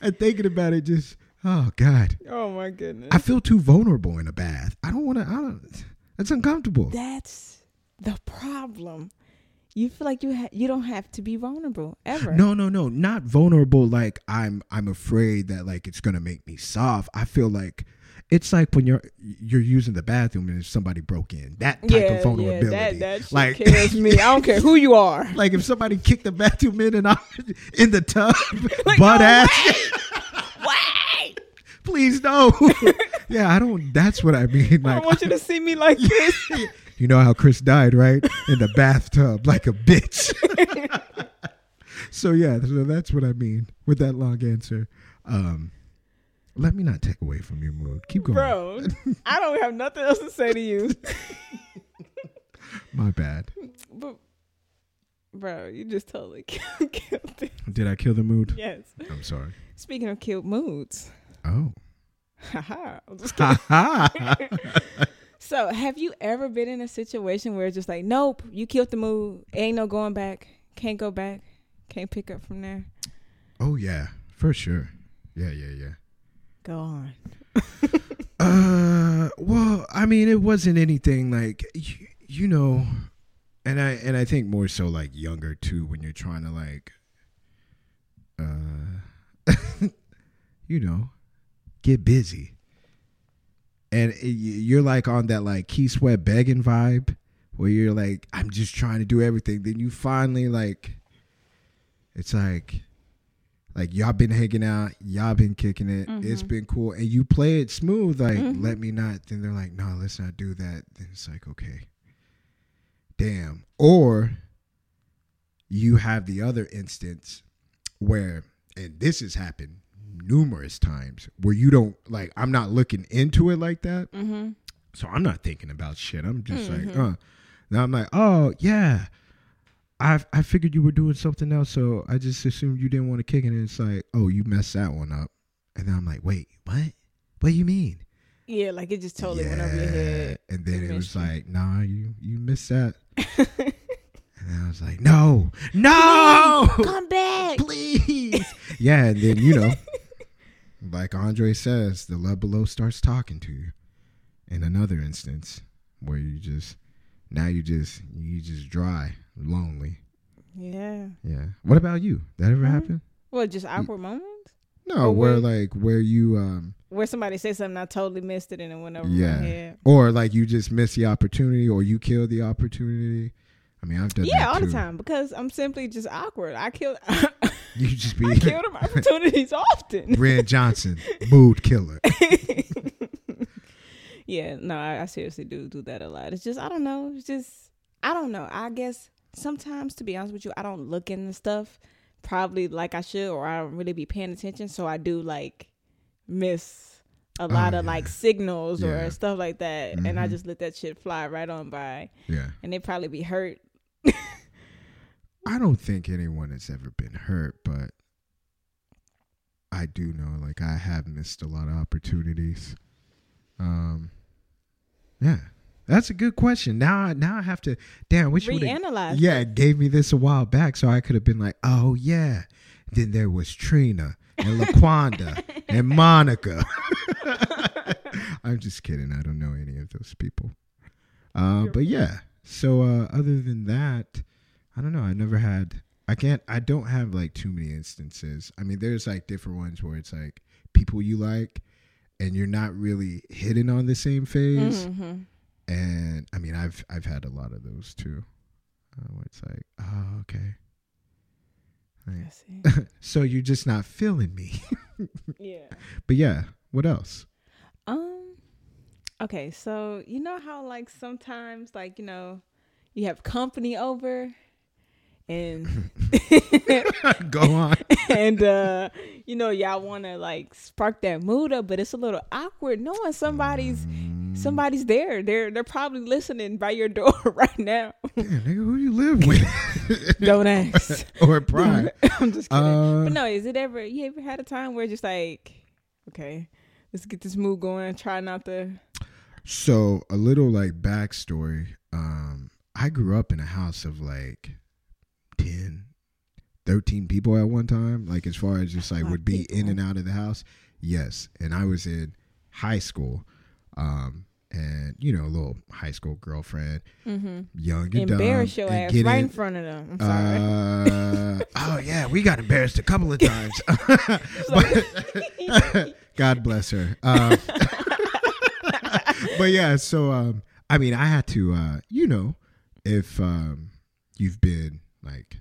[SPEAKER 1] I thinking about it. Just oh god,
[SPEAKER 2] Oh my goodness.
[SPEAKER 1] I feel too vulnerable in a bath. I don't want to. I don't. That's uncomfortable.
[SPEAKER 2] That's the problem. You feel like you ha- you don't have to be vulnerable ever.
[SPEAKER 1] No, no, no, not vulnerable. Like I'm, I'm afraid that like it's gonna make me soft. I feel like it's like when you're you're using the bathroom and if somebody broke in, that type
[SPEAKER 2] yeah,
[SPEAKER 1] of vulnerability.
[SPEAKER 2] yeah, that that shit
[SPEAKER 1] like,
[SPEAKER 2] kills me. I don't care who you are.
[SPEAKER 1] like if somebody kicked the bathroom in and I'm in the tub,
[SPEAKER 2] Like,
[SPEAKER 1] butt
[SPEAKER 2] no
[SPEAKER 1] ass.
[SPEAKER 2] Wait,
[SPEAKER 1] Please no. yeah, I don't. That's what I mean.
[SPEAKER 2] I
[SPEAKER 1] Like,
[SPEAKER 2] don't want you to see me like this.
[SPEAKER 1] you know how Chris died, right? In the bathtub, like a bitch. so yeah, so that's what I mean with that long answer. Um, let me not take away from your mood. Keep going.
[SPEAKER 2] Bro, I don't have nothing else to say to you.
[SPEAKER 1] My bad.
[SPEAKER 2] But, bro, you just totally killed it.
[SPEAKER 1] Did I kill the mood?
[SPEAKER 2] Yes.
[SPEAKER 1] I'm sorry.
[SPEAKER 2] Speaking of killed moods,
[SPEAKER 1] Oh.
[SPEAKER 2] haha. I'm just kidding.
[SPEAKER 1] Ha ha.
[SPEAKER 2] so, have you ever been in a situation where it's just like, nope, you killed the mood. Ain't no going back. Can't go back. Can't pick up from there.
[SPEAKER 1] oh yeah, for sure. Yeah, yeah, yeah.
[SPEAKER 2] Go on.
[SPEAKER 1] Uh, well, I mean, it wasn't anything like you, you know, and I and I think more so like younger too when you're trying to like, uh, you know, get busy, and it, you're like on that like key sweat begging vibe where you're like, I'm just trying to do everything. Then you finally like, it's like. Like y'all been hanging out, y'all been kicking it. It's
[SPEAKER 2] Mhm.
[SPEAKER 1] been cool, and you play it smooth. Like,
[SPEAKER 2] Mhm.
[SPEAKER 1] let me not. Then they're like, no, let's not do that. Then it's like, okay, damn. Or you have the other instance where, and this has happened numerous times, where you don't like. I'm not looking into it like that,
[SPEAKER 2] Mm-hmm.
[SPEAKER 1] so I'm not thinking about shit. I'm just like,
[SPEAKER 2] Mhm.
[SPEAKER 1] uh. Now I'm like, oh yeah, I I figured you were doing something else, so I just assumed you didn't want to kick it. And it's like, oh, you messed that one up. And then I'm like, wait, what? What do you mean?
[SPEAKER 2] Yeah, like it just totally went over your head.
[SPEAKER 1] And then
[SPEAKER 2] You
[SPEAKER 1] it was
[SPEAKER 2] missed it.
[SPEAKER 1] like, nah, you you missed that. and then I was like, no, no,
[SPEAKER 2] Come back.
[SPEAKER 1] please. yeah, and then you know, like Andre says, the love below starts talking to you. In another instance, where you just now you just you just dry, lonely.
[SPEAKER 2] Yeah.
[SPEAKER 1] Yeah. What about you? That ever
[SPEAKER 2] Mhm.
[SPEAKER 1] happened?
[SPEAKER 2] Well, just awkward moments
[SPEAKER 1] No,
[SPEAKER 2] Or
[SPEAKER 1] where
[SPEAKER 2] where-
[SPEAKER 1] like where you um
[SPEAKER 2] where somebody said something I totally missed it and it went over
[SPEAKER 1] Yeah.
[SPEAKER 2] my head.
[SPEAKER 1] or like you just miss the opportunity or you kill the opportunity. I mean, I've done
[SPEAKER 2] Yeah,
[SPEAKER 1] that
[SPEAKER 2] all the
[SPEAKER 1] too.
[SPEAKER 2] time because I'm simply just awkward. I kill
[SPEAKER 1] You just
[SPEAKER 2] I
[SPEAKER 1] be
[SPEAKER 2] kill them opportunities often.
[SPEAKER 1] Red Johnson, mood killer.
[SPEAKER 2] yeah, no, I, I seriously do do that a lot. It's just I don't know. It's just I don't know. I guess sometimes, to be honest with you, I don't look into stuff probably like I should, or I don't really be paying attention. So I do like miss a lot of
[SPEAKER 1] Oh, yeah.
[SPEAKER 2] like signals
[SPEAKER 1] Yeah.
[SPEAKER 2] or stuff like that, and I
[SPEAKER 1] Mhm.
[SPEAKER 2] just let that shit fly right on by,
[SPEAKER 1] Yeah.
[SPEAKER 2] and they probably be hurt.
[SPEAKER 1] I don't think anyone has ever been hurt, but I do know like I have missed a lot of opportunities. Um Yeah. That's a good question. Now I now I have to damn which would
[SPEAKER 2] Reanalyze.
[SPEAKER 1] Yeah, it gave me this a while back, so I could have been like, Oh yeah. Then there was Trina and Laquanda and Monica. I'm just kidding. I don't know any of those people. Uh, but yeah. So uh, other than that, I don't know. I never had. I can't. I don't have like too many instances. I mean, there's like different ones where it's like people you like, and you're not really hitting on the same phase.
[SPEAKER 2] Mhm.
[SPEAKER 1] And I mean, I've I've had a lot of those too. Uh, where it's like, oh okay.
[SPEAKER 2] I
[SPEAKER 1] Like,
[SPEAKER 2] see.
[SPEAKER 1] so you're just not feeling me.
[SPEAKER 2] Yeah.
[SPEAKER 1] but yeah. What else?
[SPEAKER 2] Um. Okay, so you know how like sometimes like you know you have company over, and
[SPEAKER 1] Go on.
[SPEAKER 2] and uh you know y'all want to like spark that mood up, but it's a little awkward knowing somebody's somebody's there. They're they're probably listening by your door right now.
[SPEAKER 1] Damn, nigga, who you live with?
[SPEAKER 2] Don't ask.
[SPEAKER 1] or prime.
[SPEAKER 2] I'm just kidding.
[SPEAKER 1] Uh,
[SPEAKER 2] but no, is it ever you ever had a time where just like okay, let's get this mood going, try not to
[SPEAKER 1] So a little like backstory. Um, I grew up in a house of like 10, 13 people at one time. Like as far as just like
[SPEAKER 2] lot
[SPEAKER 1] would
[SPEAKER 2] of
[SPEAKER 1] be in
[SPEAKER 2] people.
[SPEAKER 1] and out of the house. Yes. And I was in high school. Um, and you know, a little high school girlfriend,
[SPEAKER 2] Mm-hmm.
[SPEAKER 1] young and dumb,
[SPEAKER 2] Embarrass your
[SPEAKER 1] and
[SPEAKER 2] ass
[SPEAKER 1] get
[SPEAKER 2] right
[SPEAKER 1] in-
[SPEAKER 2] in front of them. I'm sorry.
[SPEAKER 1] uh, oh yeah, we got embarrassed a couple of times. But- God bless her. Um, but yeah, so um, I mean, I had to, uh, you know, if um, you've been like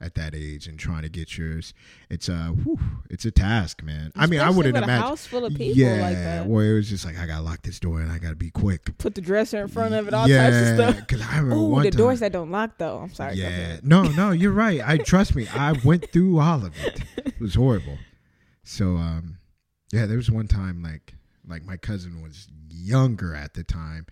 [SPEAKER 1] at that age and trying to get yours, it's a, whew, it's a task, man. I mean, I
[SPEAKER 2] Especially
[SPEAKER 1] wouldn't
[SPEAKER 2] with
[SPEAKER 1] imagine.
[SPEAKER 2] a house full of people
[SPEAKER 1] yeah,
[SPEAKER 2] like that.
[SPEAKER 1] well, it was just like I gotta lock this door and I gotta be quick.
[SPEAKER 2] Put the dresser in front of it, all
[SPEAKER 1] yeah,
[SPEAKER 2] types of stuff.
[SPEAKER 1] Because I remember
[SPEAKER 2] Ooh,
[SPEAKER 1] one
[SPEAKER 2] the
[SPEAKER 1] time,
[SPEAKER 2] doors that don't lock though. I'm sorry. go
[SPEAKER 1] yeah.
[SPEAKER 2] ahead.
[SPEAKER 1] No, no, you're right. I trust me. I went through all of it. It was horrible. So um yeah, there was one time like like my cousin was younger at the time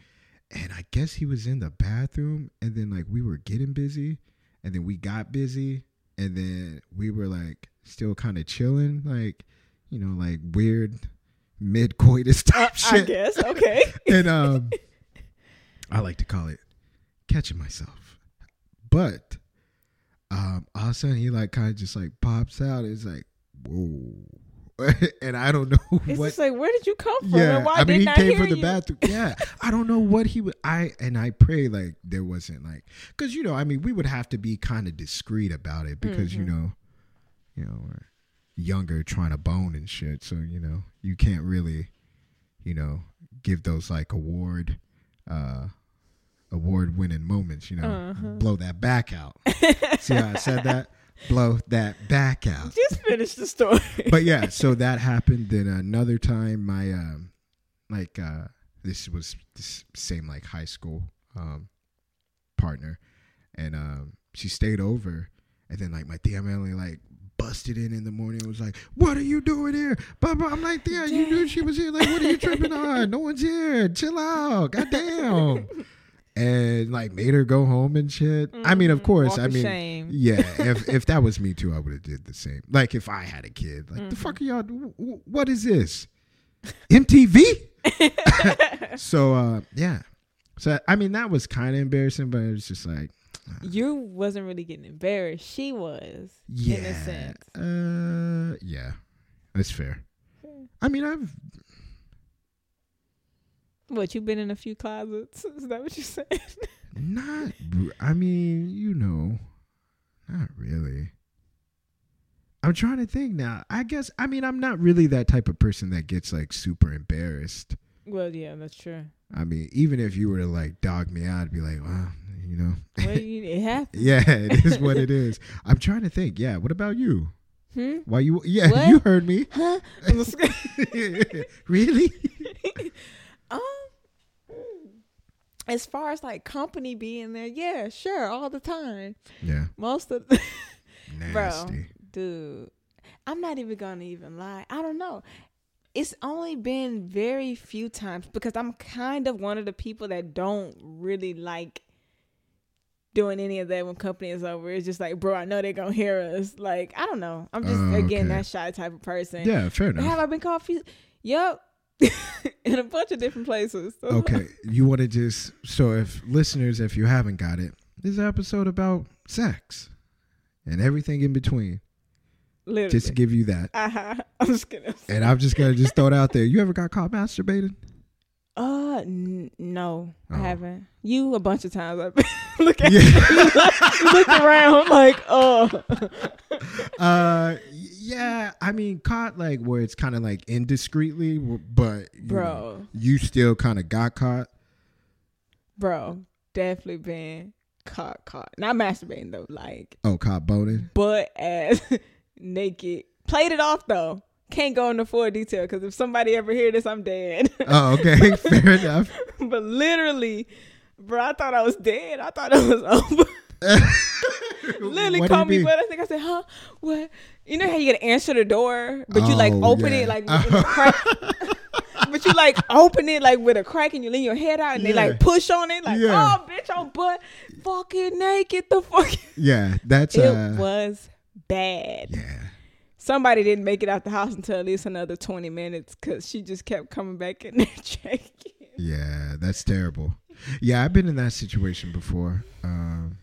[SPEAKER 1] and I guess he was in the bathroom and then like we were getting busy and then we got busy and then we were like still kind of chilling like you know like weird mid coitus type
[SPEAKER 2] I
[SPEAKER 1] shit
[SPEAKER 2] guess. Okay.
[SPEAKER 1] and um, I like to call it catching myself. But um, all of a sudden, he like kind of just like pops out. It's like whoa, and I don't know
[SPEAKER 2] It's
[SPEAKER 1] what.
[SPEAKER 2] just like, where did you come from?
[SPEAKER 1] Yeah,
[SPEAKER 2] and why
[SPEAKER 1] I mean,
[SPEAKER 2] didn't
[SPEAKER 1] he
[SPEAKER 2] I
[SPEAKER 1] came
[SPEAKER 2] hear
[SPEAKER 1] from the
[SPEAKER 2] you?
[SPEAKER 1] bathroom. Yeah, I don't know what he would. I and I pray like there wasn't like because you know I mean we would have to be kind of discreet about it because
[SPEAKER 2] Mm-hmm.
[SPEAKER 1] you know, you know we're younger trying to bone and shit. So you know you can't really, you know, give those like award, uh, award winning moments. You know,
[SPEAKER 2] Uh-huh.
[SPEAKER 1] blow that back out. See how I said that? Blow that back out
[SPEAKER 2] Just finish the story.
[SPEAKER 1] but yeah, so that happened. Then another time, my um, like uh, this was this same like high school um, partner, and um, she stayed over, and then like my Thea Melanie like busted in in the morning and was like, "What are you doing here?" Blah blah. I'm like, "Thea, you knew she was here. Like, what are you tripping on? No one's here. Chill out. Goddamn." And like made her go home and shit. I mean, of course.
[SPEAKER 2] Mm-hmm. Walk
[SPEAKER 1] I
[SPEAKER 2] of
[SPEAKER 1] mean,
[SPEAKER 2] shame.
[SPEAKER 1] yeah, if if that was me too, I would have did the same. Like if I had a kid, like the fuck are y'all? w- w- What is this? MTV. so uh, yeah, so I mean that was kind of embarrassing, but it was just like
[SPEAKER 2] You wasn't really getting embarrassed. She was.
[SPEAKER 1] yeah,
[SPEAKER 2] In a sense.
[SPEAKER 1] uh, yeah, that's fair. I mean I've
[SPEAKER 2] What, you been in a few closets? Is that what you said?
[SPEAKER 1] not. r- I mean you know, not really. I'm trying to think now. I guess I mean I'm not really that type of person that gets like super embarrassed.
[SPEAKER 2] Well, yeah, that's true.
[SPEAKER 1] I mean, even if you were to like dog me out, I'd be like, well, you know,
[SPEAKER 2] Well, you, it happened.
[SPEAKER 1] yeah, it is what it is. I'm trying to think. Yeah, what about you?
[SPEAKER 2] Hmm?
[SPEAKER 1] Why you? Yeah,
[SPEAKER 2] What?
[SPEAKER 1] you heard me.
[SPEAKER 2] Huh? I'm just-
[SPEAKER 1] really?
[SPEAKER 2] um, as far as like company being there, yeah, sure, all the time.
[SPEAKER 1] Yeah,
[SPEAKER 2] Most of
[SPEAKER 1] nasty.
[SPEAKER 2] dude i'm not even gonna even lie i don't know it's only been very few times because i'm kind of one of the people that don't really like doing any of that when company is over it's just like bro i know they're gonna hear us like i don't know i'm just
[SPEAKER 1] Oh,
[SPEAKER 2] again
[SPEAKER 1] okay.
[SPEAKER 2] that shy type of person
[SPEAKER 1] Yeah, fair
[SPEAKER 2] have
[SPEAKER 1] enough.
[SPEAKER 2] i been called few- yep in a bunch of different places
[SPEAKER 1] Okay, you want to just so if listeners, if you haven't got it, this is an episode about sex and everything in between.
[SPEAKER 2] literally
[SPEAKER 1] Just to give you that,
[SPEAKER 2] uh-huh. i'm just kidding
[SPEAKER 1] and I'm just gonna just throw it out there. You ever got caught masturbating?
[SPEAKER 2] Uh, n- no, I
[SPEAKER 1] Oh.
[SPEAKER 2] haven't. You a bunch of times. I've been look at
[SPEAKER 1] Yeah.
[SPEAKER 2] you, like, you look around like, oh,
[SPEAKER 1] uh yeah i mean caught like where it's kind of like indiscreetly w- but you know,
[SPEAKER 2] bro,
[SPEAKER 1] you still kind of got caught
[SPEAKER 2] bro, definitely been caught, caught. Not masturbating though, like
[SPEAKER 1] oh caught boning
[SPEAKER 2] butt ass naked. Played it off though. Can't go into full detail because if somebody ever hear this, I'm dead.
[SPEAKER 1] oh okay fair enough
[SPEAKER 2] but literally, bro, I thought I was dead. I thought it was over. Literally
[SPEAKER 1] What do you
[SPEAKER 2] called me,
[SPEAKER 1] mean?
[SPEAKER 2] but I think I said, "Huh? What? You know how you gotta answer the door, but you like
[SPEAKER 1] Oh,
[SPEAKER 2] open
[SPEAKER 1] yeah.
[SPEAKER 2] it like with a crack, but you like open it like with a crack, and you lean your head out, and they
[SPEAKER 1] Yeah.
[SPEAKER 2] like push on it, like,
[SPEAKER 1] Yeah.
[SPEAKER 2] oh, bitch, I'm butt fucking naked. The fuck,
[SPEAKER 1] yeah that's uh
[SPEAKER 2] it was bad.
[SPEAKER 1] yeah
[SPEAKER 2] Somebody didn't make it out the house until at least another twenty minutes because she just kept coming back in there checking.
[SPEAKER 1] Yeah, that's terrible. Yeah, I've been in that situation before. Um,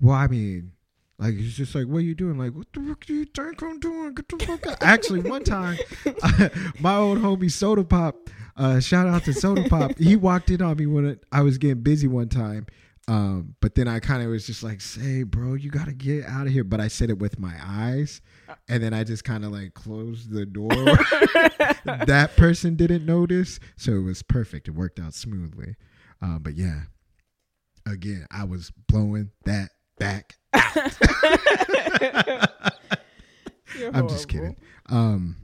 [SPEAKER 1] well, I mean, like it's just like, what are you doing? Like, what the fuck are you think I'm doing? Get the fuck out! Actually, one time, uh, my old homie Soda Pop, uh, shout out to Soda Pop, he walked in on me when I was getting busy one time. Um, but then I kind of was just like, "Say, bro, you gotta get out of here." But I said it with my eyes, and then I just kind of like closed the door. that person didn't notice, so it was perfect. It worked out smoothly. Uh, but yeah, again, I was blowing that back.
[SPEAKER 2] You're
[SPEAKER 1] I'm just kidding.
[SPEAKER 2] horrible.
[SPEAKER 1] Um,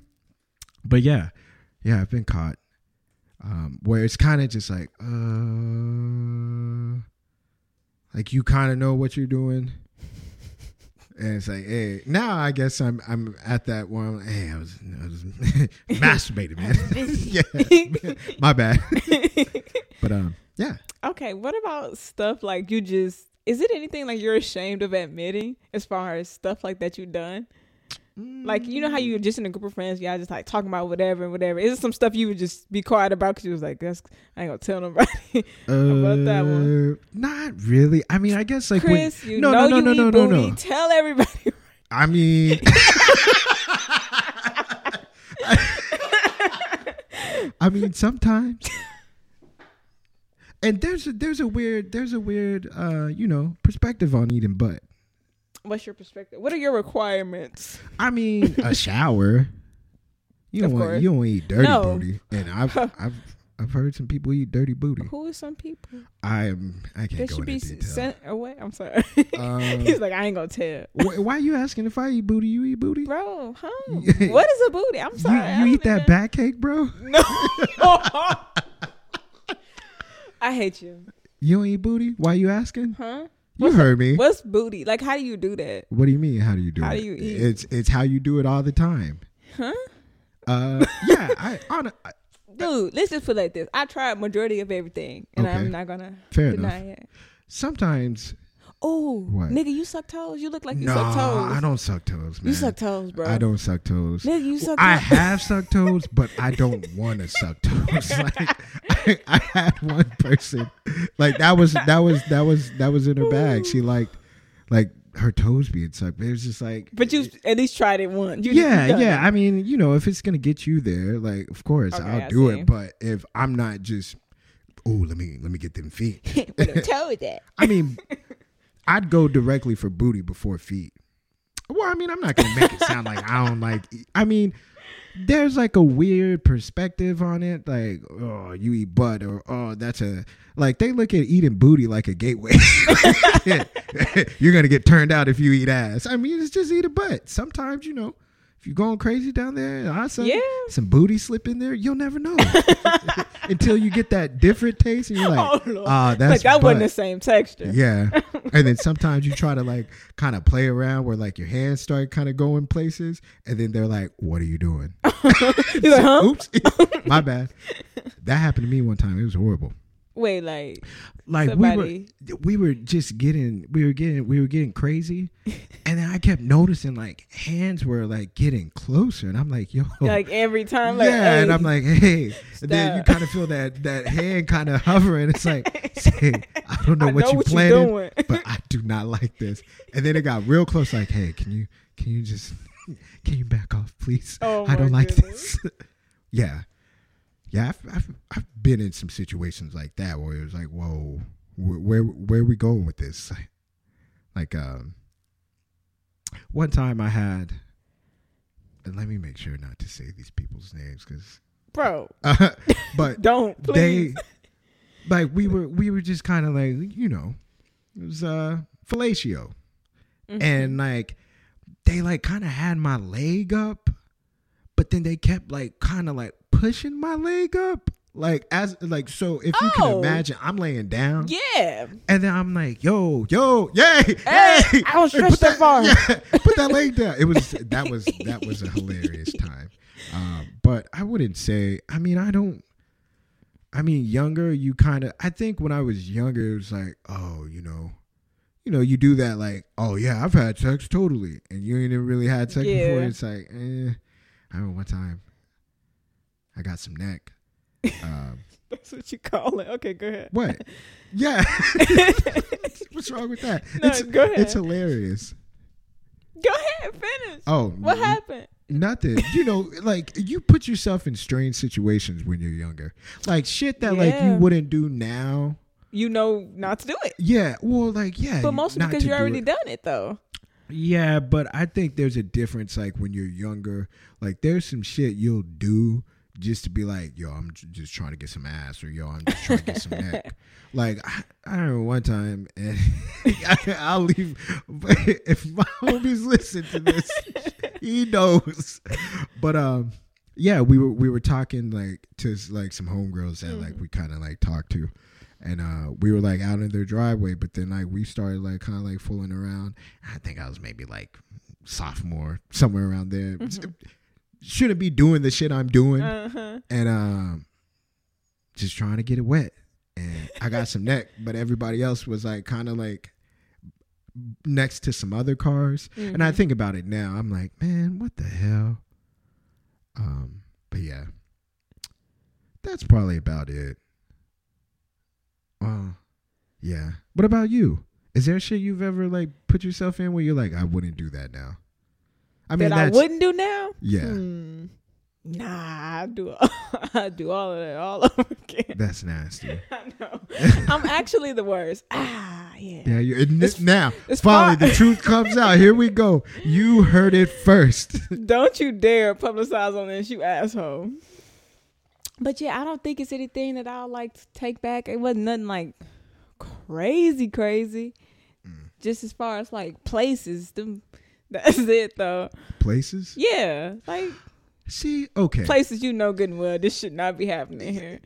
[SPEAKER 1] but yeah, yeah, I've been caught. Um, where it's kind of just like, uh, like you kind of know what you're doing, and it's like, hey, now I guess I'm I'm at that where I'm like, hey, I was, I was masturbating, man. yeah, my bad. but um, yeah,
[SPEAKER 2] Okay, what about stuff like you just is it anything like you're ashamed of admitting as far as stuff like that you've done? Like you know how
[SPEAKER 1] Mm.
[SPEAKER 2] you were just in a group of friends, y'all just like talking about whatever and whatever. Is it some stuff you would just be quiet about because you was like, "That's I ain't gonna tell nobody." about that
[SPEAKER 1] Uh,
[SPEAKER 2] one?
[SPEAKER 1] Not really. I mean, I guess like when,
[SPEAKER 2] Chris, you
[SPEAKER 1] no,
[SPEAKER 2] know
[SPEAKER 1] no, no, no, no,
[SPEAKER 2] you eat
[SPEAKER 1] no,
[SPEAKER 2] booty.
[SPEAKER 1] no.
[SPEAKER 2] Tell everybody.
[SPEAKER 1] I mean, I mean sometimes. And there's a, there's a weird there's a weird uh, you know perspective on eating butt.
[SPEAKER 2] What's your perspective? What are your requirements?
[SPEAKER 1] I mean a shower. You don't
[SPEAKER 2] Of
[SPEAKER 1] want
[SPEAKER 2] course.
[SPEAKER 1] you don't want to eat dirty
[SPEAKER 2] No.
[SPEAKER 1] booty. And I've I've I've heard some people eat dirty booty.
[SPEAKER 2] Who are some people?
[SPEAKER 1] I am I
[SPEAKER 2] They
[SPEAKER 1] can't go
[SPEAKER 2] should
[SPEAKER 1] into
[SPEAKER 2] be
[SPEAKER 1] detail.
[SPEAKER 2] sent away. I'm sorry.
[SPEAKER 1] Um,
[SPEAKER 2] He's like, I ain't gonna tell,
[SPEAKER 1] Wh- why are you asking if I eat booty? You eat booty?
[SPEAKER 2] bro. Huh? what is a booty? I'm
[SPEAKER 1] You,
[SPEAKER 2] sorry. I
[SPEAKER 1] you eat
[SPEAKER 2] don't
[SPEAKER 1] that back cake, bro?
[SPEAKER 2] even- No. I hate you.
[SPEAKER 1] You don't eat booty? Why you asking?
[SPEAKER 2] Huh?
[SPEAKER 1] You heard me.
[SPEAKER 2] What's booty? Like, how do you do that?
[SPEAKER 1] What do you mean? How do you do
[SPEAKER 2] How
[SPEAKER 1] it?
[SPEAKER 2] do you eat?
[SPEAKER 1] It's it's how you do it all the time.
[SPEAKER 2] Huh?
[SPEAKER 1] Uh, yeah. I on I,
[SPEAKER 2] Dude, let's just put it like this. I tried majority of everything, and
[SPEAKER 1] Okay.
[SPEAKER 2] I'm not gonna
[SPEAKER 1] fair
[SPEAKER 2] deny
[SPEAKER 1] enough.
[SPEAKER 2] it.
[SPEAKER 1] Sometimes
[SPEAKER 2] Oh,
[SPEAKER 1] What?
[SPEAKER 2] nigga, you suck toes. You look like you
[SPEAKER 1] no,
[SPEAKER 2] suck toes.
[SPEAKER 1] I don't suck toes, man.
[SPEAKER 2] You suck toes, bro.
[SPEAKER 1] I don't suck toes.
[SPEAKER 2] Nigga, you suck.
[SPEAKER 1] I
[SPEAKER 2] toes.
[SPEAKER 1] have sucked toes, but I don't want to suck toes. Like I, I had one person, like that was that was that was that was in her bag. She liked like her toes being sucked. But it was just like,
[SPEAKER 2] But you at least tried it once. You, you
[SPEAKER 1] yeah,
[SPEAKER 2] done
[SPEAKER 1] yeah.
[SPEAKER 2] it.
[SPEAKER 1] I mean, you know, if it's gonna get you there, like of course
[SPEAKER 2] Okay,
[SPEAKER 1] I'll
[SPEAKER 2] I
[SPEAKER 1] do
[SPEAKER 2] see.
[SPEAKER 1] it. But if I'm not just, oh, let me let me get them feet.
[SPEAKER 2] With them toes at.
[SPEAKER 1] I mean, I'd go directly for booty before feet. Well, I mean, I'm not gonna make it sound like I don't like. e, I mean, there's like a weird perspective on it, like oh, you eat butt, or oh, that's a like they look at eating booty like a gateway. You're gonna get turned out if you eat ass. I mean, it's just eat a butt. Sometimes you know, if you're going crazy down there, and I saw
[SPEAKER 2] Yeah.
[SPEAKER 1] some booty slip in there, you'll never know until you get that different taste, and you're like,
[SPEAKER 2] Oh, Lord.
[SPEAKER 1] ah,
[SPEAKER 2] like
[SPEAKER 1] that's
[SPEAKER 2] that wasn't
[SPEAKER 1] butt."
[SPEAKER 2] the same texture.
[SPEAKER 1] Yeah. and then sometimes you try to like kind of play around where like your hands start kind of going places and then they're like, What are you doing?
[SPEAKER 2] He's like, huh?
[SPEAKER 1] Oops. My bad. That happened to me one time. It was horrible.
[SPEAKER 2] Wait, like
[SPEAKER 1] Like
[SPEAKER 2] Somebody-
[SPEAKER 1] we were we were just getting we were getting we were getting crazy. and then I kept noticing like hands were like getting closer and I'm like, yo
[SPEAKER 2] like every time, like
[SPEAKER 1] Oh. yeah, and
[SPEAKER 2] hey.
[SPEAKER 1] I'm like, hey. And then you
[SPEAKER 2] stop.
[SPEAKER 1] kind of feel that that hand kind of hovering. It's like, say, I don't know
[SPEAKER 2] I
[SPEAKER 1] what
[SPEAKER 2] know
[SPEAKER 1] you
[SPEAKER 2] what you
[SPEAKER 1] planning,
[SPEAKER 2] doing.
[SPEAKER 1] but I do not like this. And then it got real close. Like, hey, can you can you just can you back off, please?
[SPEAKER 2] Oh,
[SPEAKER 1] I don't
[SPEAKER 2] my
[SPEAKER 1] like
[SPEAKER 2] goodness.
[SPEAKER 1] this. yeah, yeah. I've, I've I've been in some situations like that where it was like, whoa, where where, where are we going with this? Like, um, one time I had. And let me make sure not to say these people's names because
[SPEAKER 2] bro,
[SPEAKER 1] uh, but
[SPEAKER 2] don't
[SPEAKER 1] they
[SPEAKER 2] please.
[SPEAKER 1] like we were we were just kind of like you know it was uh fellatio
[SPEAKER 2] Mm-hmm.
[SPEAKER 1] and like they like kind of had my leg up but then they kept like kind of like pushing my leg up like as like so if you can
[SPEAKER 2] Oh.
[SPEAKER 1] imagine i'm laying down
[SPEAKER 2] yeah,
[SPEAKER 1] and then i'm like yo yo yay
[SPEAKER 2] Hey,
[SPEAKER 1] hey
[SPEAKER 2] I don't
[SPEAKER 1] Hey,
[SPEAKER 2] stretch that far.
[SPEAKER 1] yeah, put that leg down. It was that was that was a hilarious time. Um, but I wouldn't say. I mean, I don't. I mean, younger, you kind of. I think when I was younger, it was like, oh, you know, you know, you do that, like, oh yeah, I've had sex totally, and you ain't even really had sex
[SPEAKER 2] Yeah.
[SPEAKER 1] before. It's like, eh. I remember one time, I got some neck, Um,
[SPEAKER 2] That's what you call it. Okay, go ahead.
[SPEAKER 1] what? Yeah. What's wrong with that?
[SPEAKER 2] No,
[SPEAKER 1] it's,
[SPEAKER 2] go ahead.
[SPEAKER 1] It's hilarious.
[SPEAKER 2] Go ahead, finish.
[SPEAKER 1] Oh,
[SPEAKER 2] what
[SPEAKER 1] n-
[SPEAKER 2] happened?
[SPEAKER 1] Nothing. You know, like you put yourself in strange situations when you're younger. Like shit that like you
[SPEAKER 2] Yeah.
[SPEAKER 1] wouldn't do now.
[SPEAKER 2] You know not to do it.
[SPEAKER 1] Yeah. Well, like yeah.
[SPEAKER 2] But mostly
[SPEAKER 1] not
[SPEAKER 2] because
[SPEAKER 1] to
[SPEAKER 2] you
[SPEAKER 1] do
[SPEAKER 2] already
[SPEAKER 1] it.
[SPEAKER 2] done it though.
[SPEAKER 1] Yeah, but I think there's a difference. Like when you're younger, like there's some shit you'll do just to be like, yo, I'm j- just trying to get some ass, or yo, I'm just trying to get some neck. Like I, I remember one time, and I, I'll leave. But if my homies listen to this, he knows. But um, yeah, we were we were talking like to like some homegirls that like we kind of like talked to, and uh, we were like out in their driveway. But then like we started like kind of like fooling around. I think I was maybe like sophomore, somewhere around there. Shouldn't be doing the shit I'm doing,
[SPEAKER 2] Uh-huh.
[SPEAKER 1] and um, just trying to get it wet. And I got some neck, but everybody else was like kind of like next to some other cars. And
[SPEAKER 2] Mm-hmm.
[SPEAKER 1] I think about it now, I'm like, man, what the hell? Um, but yeah, that's probably about it. Well, yeah. What about you? Is there shit you've ever like put yourself in where you're like, I wouldn't do that now? I mean,
[SPEAKER 2] that I
[SPEAKER 1] that's
[SPEAKER 2] wouldn't do now?
[SPEAKER 1] yeah,
[SPEAKER 2] Hmm. Nah, I do I do all of that all over again.
[SPEAKER 1] that's nasty.
[SPEAKER 2] I know. I'm actually the worst. Ah, yeah.
[SPEAKER 1] Yeah, you're, and this, now
[SPEAKER 2] it's
[SPEAKER 1] finally
[SPEAKER 2] far-
[SPEAKER 1] the truth comes out. Here we go. You heard it first.
[SPEAKER 2] Don't you dare publicize on this, you asshole. But yeah, I don't think it's anything that I'll like to take back. It wasn't nothing like crazy, crazy.
[SPEAKER 1] Mm.
[SPEAKER 2] Just as far as like places, them, that's it though.
[SPEAKER 1] Places.
[SPEAKER 2] Yeah, like
[SPEAKER 1] See, okay.
[SPEAKER 2] places you know good and well. This should not be happening here.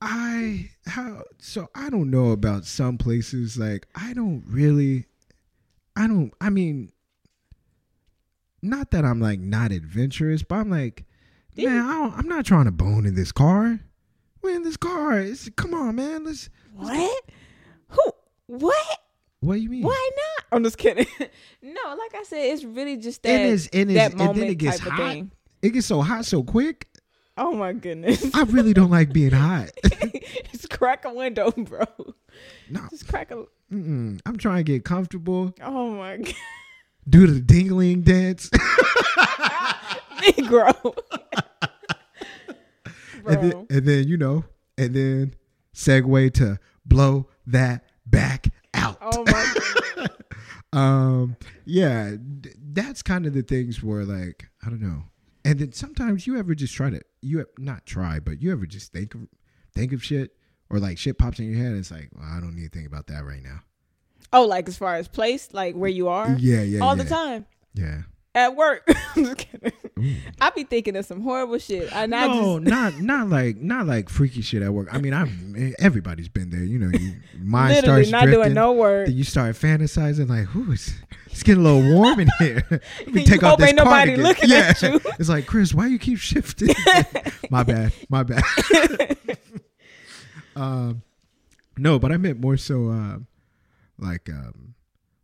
[SPEAKER 1] I how so I don't know about some places like I don't really I don't I mean not that I'm like not adventurous but I'm like
[SPEAKER 2] Did-
[SPEAKER 1] man I don't, I'm not trying to bone in this car we're in this car it's come on man let's
[SPEAKER 2] What? Who? What?
[SPEAKER 1] what do you mean
[SPEAKER 2] Why not? I'm just kidding. no, like I said, it's really just that
[SPEAKER 1] and it's and, it's,
[SPEAKER 2] that
[SPEAKER 1] and
[SPEAKER 2] moment
[SPEAKER 1] then it gets
[SPEAKER 2] type of
[SPEAKER 1] hot
[SPEAKER 2] thing.
[SPEAKER 1] it gets so hot so quick
[SPEAKER 2] Oh my goodness.
[SPEAKER 1] I really don't like being hot
[SPEAKER 2] just crack a window, bro.
[SPEAKER 1] no
[SPEAKER 2] Just crack a.
[SPEAKER 1] mm-mm. I'm trying to get comfortable
[SPEAKER 2] Oh my god,
[SPEAKER 1] do the dingling dance
[SPEAKER 2] Negro. bro,
[SPEAKER 1] and then, and then you know, and then segue to blow that back out.
[SPEAKER 2] oh my. God.
[SPEAKER 1] Um, yeah, d- that's kind of the things where like I don't know, and then sometimes you ever just try to you have, not try, but you ever just think of think of shit or like shit pops in your head. And it's like well, I don't need to think about that right now.
[SPEAKER 2] Oh, like as far as place, like where you are,
[SPEAKER 1] Yeah, yeah,
[SPEAKER 2] all
[SPEAKER 1] yeah.
[SPEAKER 2] the time
[SPEAKER 1] Yeah.
[SPEAKER 2] at work. I'm just kidding. I be thinking of some horrible shit, and I
[SPEAKER 1] Mm. no, not
[SPEAKER 2] just
[SPEAKER 1] not like not like freaky shit at work. I mean, I'm everybody's been there. You know, you, mind
[SPEAKER 2] literally
[SPEAKER 1] starts
[SPEAKER 2] not doing
[SPEAKER 1] drifting.
[SPEAKER 2] no work.
[SPEAKER 1] Then you start fantasizing like, "Ooh, it's, it's getting a little warm in here. Let me
[SPEAKER 2] You
[SPEAKER 1] take off
[SPEAKER 2] hope
[SPEAKER 1] this
[SPEAKER 2] ain't nobody
[SPEAKER 1] cardigan."
[SPEAKER 2] looking
[SPEAKER 1] yeah.
[SPEAKER 2] at you.
[SPEAKER 1] It's like, Chris, why you keep shifting? my bad, my bad. um, no, but I meant more so, um, like, um,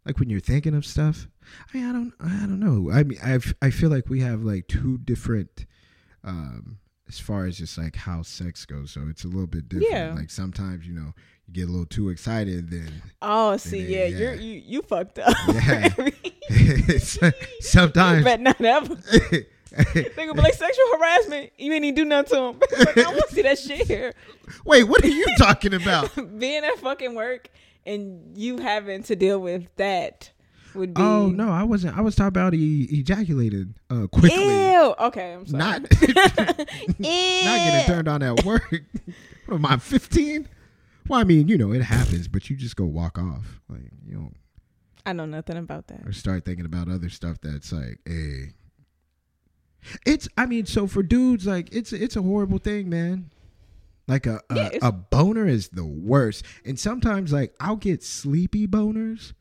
[SPEAKER 1] like when you're thinking of stuff. I mean, I don't, I don't know. I mean, I I feel like we have like two different. Um, as far as just like how sex goes, so it's a little bit different.
[SPEAKER 2] Yeah.
[SPEAKER 1] Like sometimes, you know, you get a little too excited, then
[SPEAKER 2] Oh, see,
[SPEAKER 1] then,
[SPEAKER 2] yeah,
[SPEAKER 1] yeah.
[SPEAKER 2] you're you you fucked up.
[SPEAKER 1] Yeah.
[SPEAKER 2] you
[SPEAKER 1] sometimes
[SPEAKER 2] bet not ever. They gonna be like sexual harassment. You ain't even do nothing to him. like, I don't want to see that shit here.
[SPEAKER 1] Wait, what are you talking about?
[SPEAKER 2] Being at fucking work and you having to deal with that would be
[SPEAKER 1] Oh no, I wasn't. I was talking about e- ejaculated uh,
[SPEAKER 2] Ew.
[SPEAKER 1] quickly,
[SPEAKER 2] Okay, I'm sorry.
[SPEAKER 1] not
[SPEAKER 2] Ew.
[SPEAKER 1] not getting turned on at work. what am I, fifteen? Well, I mean, you know, it happens, but you just go walk off. Like you don't
[SPEAKER 2] I know nothing about that.
[SPEAKER 1] or start thinking about other stuff that's like, hey. It's I mean, so for dudes, like it's it's a horrible thing, man. Like a
[SPEAKER 2] Yeah,
[SPEAKER 1] a,
[SPEAKER 2] it's-
[SPEAKER 1] a boner is the worst. And sometimes like I'll get sleepy boners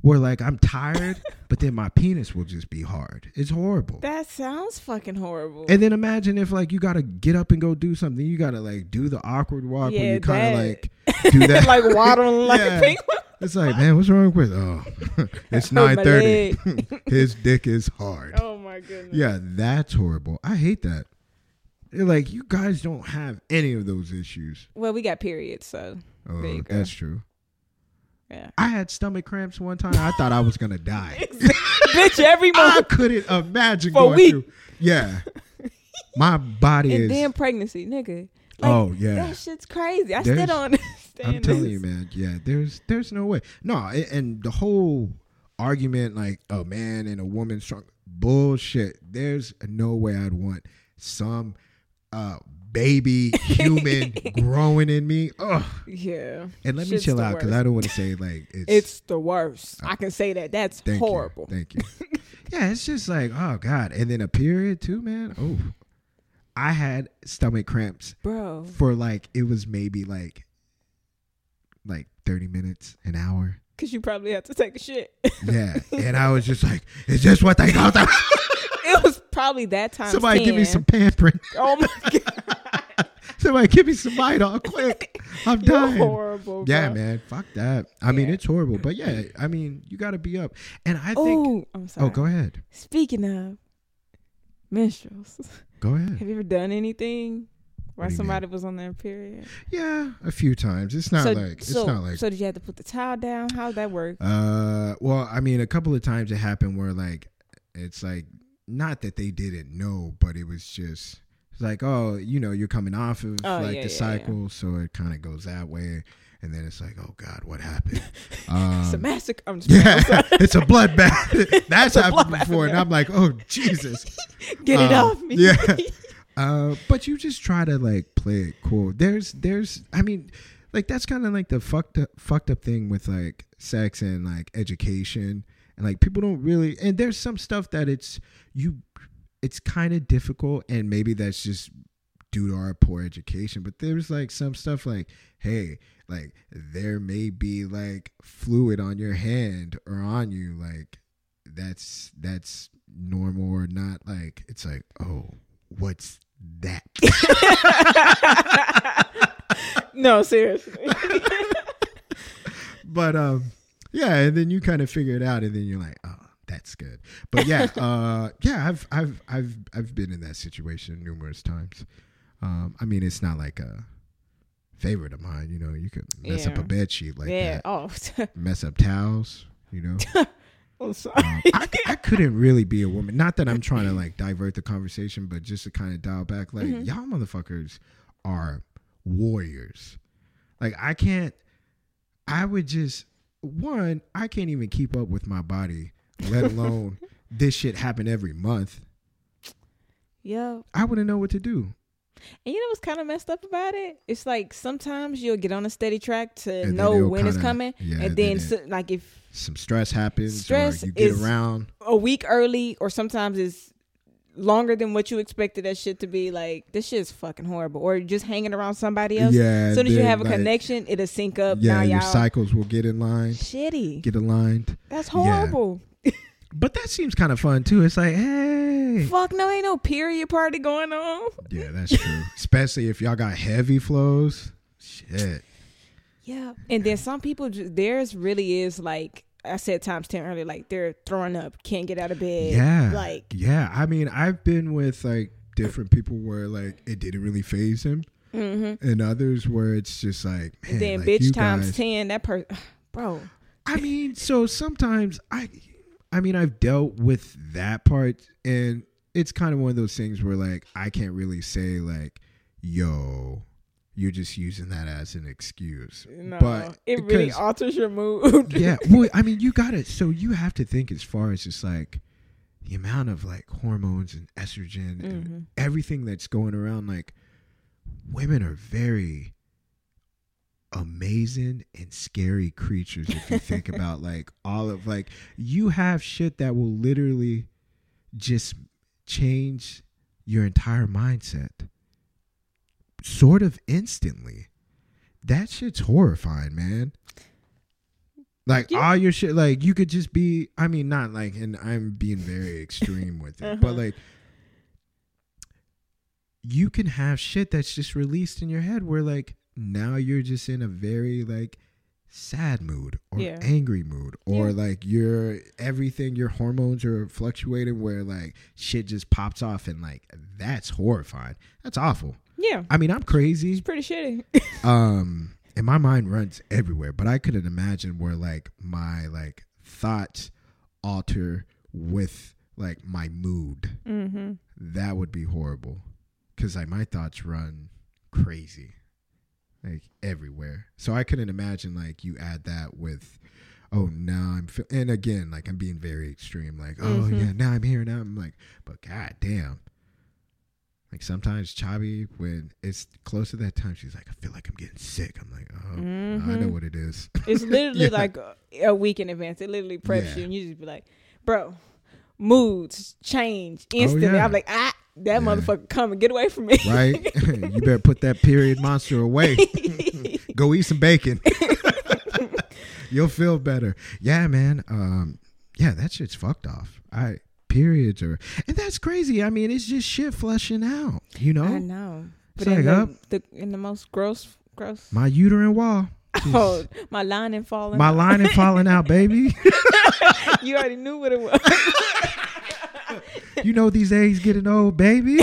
[SPEAKER 1] where like I'm tired, but then my penis will just be hard. It's horrible.
[SPEAKER 2] That sounds fucking horrible.
[SPEAKER 1] and then imagine if like you gotta get up and go do something. You gotta like do the awkward walk where
[SPEAKER 2] Yeah,
[SPEAKER 1] you kinda
[SPEAKER 2] that-
[SPEAKER 1] like do that.
[SPEAKER 2] like waddling like
[SPEAKER 1] Yeah.
[SPEAKER 2] a penguin.
[SPEAKER 1] It's like, man, what's wrong with? Oh, it's
[SPEAKER 2] Hurt
[SPEAKER 1] nine
[SPEAKER 2] my
[SPEAKER 1] thirty. His dick is hard.
[SPEAKER 2] Oh my goodness.
[SPEAKER 1] Yeah, that's horrible. I hate that. They're like, you guys don't have any of those issues.
[SPEAKER 2] Well, we got periods, so
[SPEAKER 1] Oh,
[SPEAKER 2] you go.
[SPEAKER 1] that's true.
[SPEAKER 2] yeah.
[SPEAKER 1] I had stomach cramps one time. I thought I was gonna die.
[SPEAKER 2] Bitch, every
[SPEAKER 1] I
[SPEAKER 2] month.
[SPEAKER 1] couldn't imagine
[SPEAKER 2] For a
[SPEAKER 1] going
[SPEAKER 2] week.
[SPEAKER 1] through. Yeah, my body
[SPEAKER 2] and
[SPEAKER 1] is.
[SPEAKER 2] then pregnancy, nigga. Like,
[SPEAKER 1] oh yeah,
[SPEAKER 2] That shit's crazy. I
[SPEAKER 1] There's-
[SPEAKER 2] still don't understand.
[SPEAKER 1] I'm telling
[SPEAKER 2] this.
[SPEAKER 1] you, man. Yeah, there's there's no way. No, a- and the whole argument like a man and a woman strong bullshit. There's no way I'd want some uh baby human growing in me. Ugh.
[SPEAKER 2] Yeah.
[SPEAKER 1] And let
[SPEAKER 2] Shit's
[SPEAKER 1] me chill
[SPEAKER 2] the
[SPEAKER 1] out because
[SPEAKER 2] worst.
[SPEAKER 1] I don't want to say like it's
[SPEAKER 2] It's the worst. I can say that. That's
[SPEAKER 1] thank you,
[SPEAKER 2] horrible.
[SPEAKER 1] thank you. yeah, it's just like oh god, and then a period too, man. Oh, I had stomach cramps
[SPEAKER 2] Bro.
[SPEAKER 1] for like it was maybe like like 30 minutes an hour
[SPEAKER 2] Because you probably have to take a shit.
[SPEAKER 1] yeah and i was just like is this what they call that
[SPEAKER 2] it was probably that time.
[SPEAKER 1] somebody give me
[SPEAKER 2] 10.
[SPEAKER 1] some pampering
[SPEAKER 2] Oh my God.
[SPEAKER 1] somebody give me some Midol quick i'm
[SPEAKER 2] You're
[SPEAKER 1] dying
[SPEAKER 2] horrible.
[SPEAKER 1] yeah
[SPEAKER 2] bro.
[SPEAKER 1] man fuck that i mean
[SPEAKER 2] Yeah.
[SPEAKER 1] it's horrible but yeah i mean you gotta be up and i think
[SPEAKER 2] Oh, I'm sorry.
[SPEAKER 1] oh go ahead
[SPEAKER 2] Speaking of menstruals,
[SPEAKER 1] go ahead
[SPEAKER 2] have you ever done anything
[SPEAKER 1] Hmm. What
[SPEAKER 2] while
[SPEAKER 1] do you
[SPEAKER 2] somebody was on their period?
[SPEAKER 1] yeah a few times it's not like it's
[SPEAKER 2] so,
[SPEAKER 1] not like
[SPEAKER 2] so did you have to put the towel down? How'd that work?
[SPEAKER 1] Uh, well, I mean, a couple of times it happened where like it's like not that they didn't know, but it was just it's like oh, you know, you're coming off of
[SPEAKER 2] Oh,
[SPEAKER 1] like
[SPEAKER 2] yeah,
[SPEAKER 1] the
[SPEAKER 2] yeah,
[SPEAKER 1] cycle, so it kind of goes that way, and then it's like oh god, what happened?
[SPEAKER 2] it's a
[SPEAKER 1] Um,
[SPEAKER 2] massacre. I'm just
[SPEAKER 1] yeah,
[SPEAKER 2] playing. I'm sorry.
[SPEAKER 1] it's a bloodbath. That's
[SPEAKER 2] a
[SPEAKER 1] happened
[SPEAKER 2] bloodbath,
[SPEAKER 1] before, and
[SPEAKER 2] yeah.
[SPEAKER 1] I'm like oh Jesus.
[SPEAKER 2] Get it
[SPEAKER 1] Um,
[SPEAKER 2] off me.
[SPEAKER 1] yeah. Uh, but you just try to like play it cool. There's, there's, I mean, like that's kind of like the fucked up, fucked up thing with like sex and like education and like people don't really. And there's some stuff that it's you, it's kind of difficult, and maybe that's just due to our poor education. But there's like some stuff like, hey, like there may be like fluid on your hand or on you, like that's that's normal or not. Like it's like, oh, what's that?
[SPEAKER 2] no, seriously.
[SPEAKER 1] but um, yeah, and then you kind of figure it out, and then you're like, oh, that's good. But yeah, uh, yeah, I've I've I've I've been in that situation numerous times. Um, I mean, it's not like a favorite of mine. You know, you could mess up
[SPEAKER 2] Yeah.
[SPEAKER 1] a bed sheet like
[SPEAKER 2] yeah.
[SPEAKER 1] that,
[SPEAKER 2] Oh,
[SPEAKER 1] mess up towels. You know,
[SPEAKER 2] I'm sorry.
[SPEAKER 1] Um, I, I couldn't really be a woman. Not that I'm trying to like divert the conversation, but just to kind of dial back. Like
[SPEAKER 2] Mm-hmm.
[SPEAKER 1] y'all motherfuckers are warriors. Like I can't. I would just one. I can't even keep up with my body, let alone this shit happen every month.
[SPEAKER 2] Yo,
[SPEAKER 1] I wouldn't know what to do.
[SPEAKER 2] And you know what's kind of messed up about it? It's like sometimes you'll get on a steady track to
[SPEAKER 1] And then
[SPEAKER 2] know
[SPEAKER 1] it'll
[SPEAKER 2] when it's
[SPEAKER 1] kinda-
[SPEAKER 2] coming,
[SPEAKER 1] yeah,
[SPEAKER 2] and
[SPEAKER 1] then
[SPEAKER 2] then
[SPEAKER 1] it-
[SPEAKER 2] so- like if
[SPEAKER 1] Some stress happens,
[SPEAKER 2] Stress
[SPEAKER 1] or you get
[SPEAKER 2] is-
[SPEAKER 1] around.
[SPEAKER 2] a week early or sometimes it's longer than what you expected that shit to be. Like this shit is fucking horrible. Or just hanging around somebody else.
[SPEAKER 1] Yeah,
[SPEAKER 2] As soon as you
[SPEAKER 1] then,
[SPEAKER 2] have a
[SPEAKER 1] like,
[SPEAKER 2] connection, it'll sync up.
[SPEAKER 1] Yeah,
[SPEAKER 2] now
[SPEAKER 1] your
[SPEAKER 2] y'all
[SPEAKER 1] cycles will get in line,
[SPEAKER 2] shitty.
[SPEAKER 1] get aligned.
[SPEAKER 2] That's
[SPEAKER 1] yeah.
[SPEAKER 2] horrible.
[SPEAKER 1] But that seems kind of fun too. It's like, hey,
[SPEAKER 2] Fuck no, ain't no period party going on.
[SPEAKER 1] Yeah, that's true. Especially if y'all got heavy flows. Shit.
[SPEAKER 2] Yeah. And then some people, ju- theirs really is like I said times 10 earlier, like they're throwing up, can't get out of bed.
[SPEAKER 1] Yeah.
[SPEAKER 2] Like,
[SPEAKER 1] Yeah. I mean, I've been with like different people where like it didn't really phase him,
[SPEAKER 2] mm-hmm.
[SPEAKER 1] and others where it's just like, man,
[SPEAKER 2] then
[SPEAKER 1] like, you
[SPEAKER 2] bitch times
[SPEAKER 1] guys-
[SPEAKER 2] 10, that person, bro.
[SPEAKER 1] I mean, so sometimes I, I mean, I've dealt with that part, and it's kind of one of those things where like I can't really say like, yo, you're just using that as an excuse.
[SPEAKER 2] No,
[SPEAKER 1] But-
[SPEAKER 2] it really
[SPEAKER 1] because-
[SPEAKER 2] alters your mood.
[SPEAKER 1] yeah well i mean you got it so you have to think as far as just like the amount of like hormones and estrogen and everything that's going around like women are very amazing and scary creatures if you think about like all of like you have shit that will literally just change your entire mindset sort of instantly that shit's horrifying man like
[SPEAKER 2] Yeah.
[SPEAKER 1] all your shit like you could just be i mean not like and i'm being very extreme with it but
[SPEAKER 2] Uh-huh.
[SPEAKER 1] like you can have shit that's just released in your head where like now you're just in a very like sad mood or
[SPEAKER 2] Yeah.
[SPEAKER 1] angry mood or
[SPEAKER 2] Yeah.
[SPEAKER 1] like your everything your hormones are fluctuating where like shit just pops off and like that's horrifying that's awful
[SPEAKER 2] Yeah.
[SPEAKER 1] i mean i'm crazy
[SPEAKER 2] It's pretty shitty.
[SPEAKER 1] um and my mind runs everywhere but i couldn't imagine where like my like thoughts alter with like my mood
[SPEAKER 2] mm-hmm.
[SPEAKER 1] that would be horrible because like my thoughts run crazy like everywhere so i couldn't imagine like you add that with oh now i'm feel and again like i'm being very extreme like oh
[SPEAKER 2] Mhm.
[SPEAKER 1] yeah now i'm here now i'm like but god damn like sometimes chabi when it's close to that time she's like i feel like i'm getting sick i'm like oh i know
[SPEAKER 2] Mhm.
[SPEAKER 1] what it is
[SPEAKER 2] It's literally
[SPEAKER 1] Yeah.
[SPEAKER 2] like a- a week in advance. It literally preps
[SPEAKER 1] Yeah.
[SPEAKER 2] you, and you just be like, "Bro, moods change instantly."
[SPEAKER 1] Oh, yeah.
[SPEAKER 2] I'm like, "Ah, that
[SPEAKER 1] Yeah.
[SPEAKER 2] motherfucker coming, get away from me!"
[SPEAKER 1] right you better put that period monster away go eat some bacon. You'll feel better. Yeah, man. Um, yeah, that shit's fucked off. I periods are, and that's crazy. I mean, it's just shit flushing out. You know,
[SPEAKER 2] I know,
[SPEAKER 1] It's
[SPEAKER 2] but in,
[SPEAKER 1] like,
[SPEAKER 2] the, the, in the most gross, gross.
[SPEAKER 1] my uterine wall,
[SPEAKER 2] Oh, my line and falling.
[SPEAKER 1] my line is falling out, baby.
[SPEAKER 2] you already knew what it was.
[SPEAKER 1] You know, these days getting old, baby.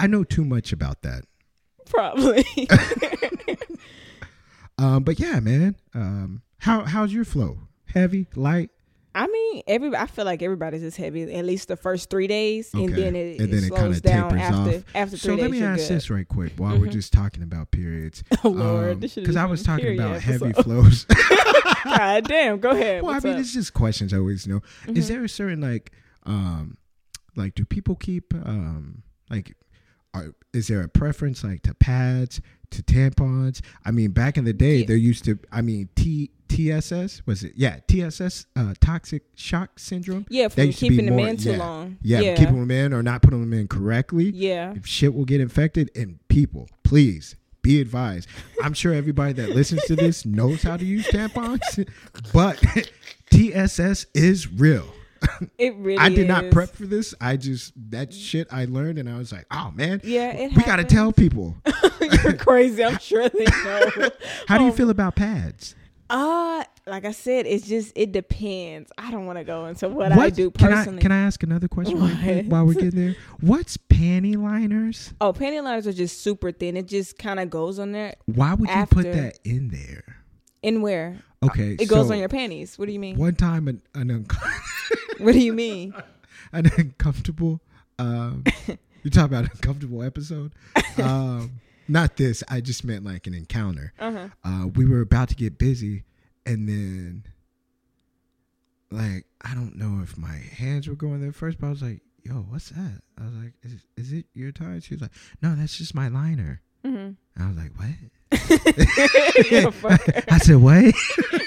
[SPEAKER 1] I know too much about that.
[SPEAKER 2] Probably.
[SPEAKER 1] Um, but yeah, man. Um, how how's your flow? Heavy, light,
[SPEAKER 2] I mean, every I feel like everybody's just heavy at least the first three days, and
[SPEAKER 1] Okay.
[SPEAKER 2] then it,
[SPEAKER 1] And
[SPEAKER 2] it
[SPEAKER 1] then it kinda
[SPEAKER 2] slows down
[SPEAKER 1] tapers
[SPEAKER 2] after
[SPEAKER 1] off.
[SPEAKER 2] after three
[SPEAKER 1] So
[SPEAKER 2] days.
[SPEAKER 1] let me
[SPEAKER 2] you're
[SPEAKER 1] ask
[SPEAKER 2] good. Mm-hmm.
[SPEAKER 1] this right quick while we're just talking about periods.
[SPEAKER 2] Oh Lord, this shit
[SPEAKER 1] because
[SPEAKER 2] is
[SPEAKER 1] I was
[SPEAKER 2] from the
[SPEAKER 1] talking
[SPEAKER 2] period
[SPEAKER 1] about heavy
[SPEAKER 2] episode.
[SPEAKER 1] flows.
[SPEAKER 2] God Ah, damn, go ahead.
[SPEAKER 1] well, I
[SPEAKER 2] What's
[SPEAKER 1] mean,
[SPEAKER 2] up? Mm-hmm.
[SPEAKER 1] it's just questions I always know. Is there a certain like, um, like do people keep um like, are, is there a preference like to pads to tampons? I mean, back in the day,
[SPEAKER 2] Yeah.
[SPEAKER 1] there used to. I mean, T TSS was it? Yeah, TSS, uh, toxic shock syndrome.
[SPEAKER 2] yeah,
[SPEAKER 1] That
[SPEAKER 2] from
[SPEAKER 1] used to be
[SPEAKER 2] keeping them
[SPEAKER 1] more-
[SPEAKER 2] in too
[SPEAKER 1] yeah.
[SPEAKER 2] long.
[SPEAKER 1] Yeah,
[SPEAKER 2] yeah,
[SPEAKER 1] keeping them in or not putting them in correctly.
[SPEAKER 2] yeah.
[SPEAKER 1] If shit will get infected and people please be advised i'm sure everybody that listens to this knows how to use tampons but tss is real
[SPEAKER 2] It really.
[SPEAKER 1] i did not
[SPEAKER 2] is.
[SPEAKER 1] prep for this i just that shit i learned and i was like oh man
[SPEAKER 2] Yeah, it.
[SPEAKER 1] we gotta tell people
[SPEAKER 2] happens. You're crazy. I'm sure they know.
[SPEAKER 1] how do you
[SPEAKER 2] Oh.
[SPEAKER 1] feel about pads
[SPEAKER 2] Uh, like I said, it's just it depends. I don't want to go into what, I do
[SPEAKER 1] can i
[SPEAKER 2] personally.
[SPEAKER 1] can i ask another question right quick
[SPEAKER 2] What?
[SPEAKER 1] while we're getting there what's panty liners
[SPEAKER 2] oh, panty liners are just super thin. It just kind of goes on there.
[SPEAKER 1] why would you put
[SPEAKER 2] After.
[SPEAKER 1] that in there
[SPEAKER 2] In where
[SPEAKER 1] okay
[SPEAKER 2] it goes
[SPEAKER 1] so
[SPEAKER 2] on your panties. What do you mean? What,
[SPEAKER 1] one time an, an uncle
[SPEAKER 2] do you mean?
[SPEAKER 1] an uncomfortable um you talk about uncomfortable episode um not this i just meant like an encounter
[SPEAKER 2] Uh huh.
[SPEAKER 1] uh we were about to get busy and then like i don't know if my hands were going there first but i was like yo what's that i was like is, is it your tie she was like no that's just my liner
[SPEAKER 2] Mm-hmm.
[SPEAKER 1] And i was like what
[SPEAKER 2] yeah, fuck.
[SPEAKER 1] i said what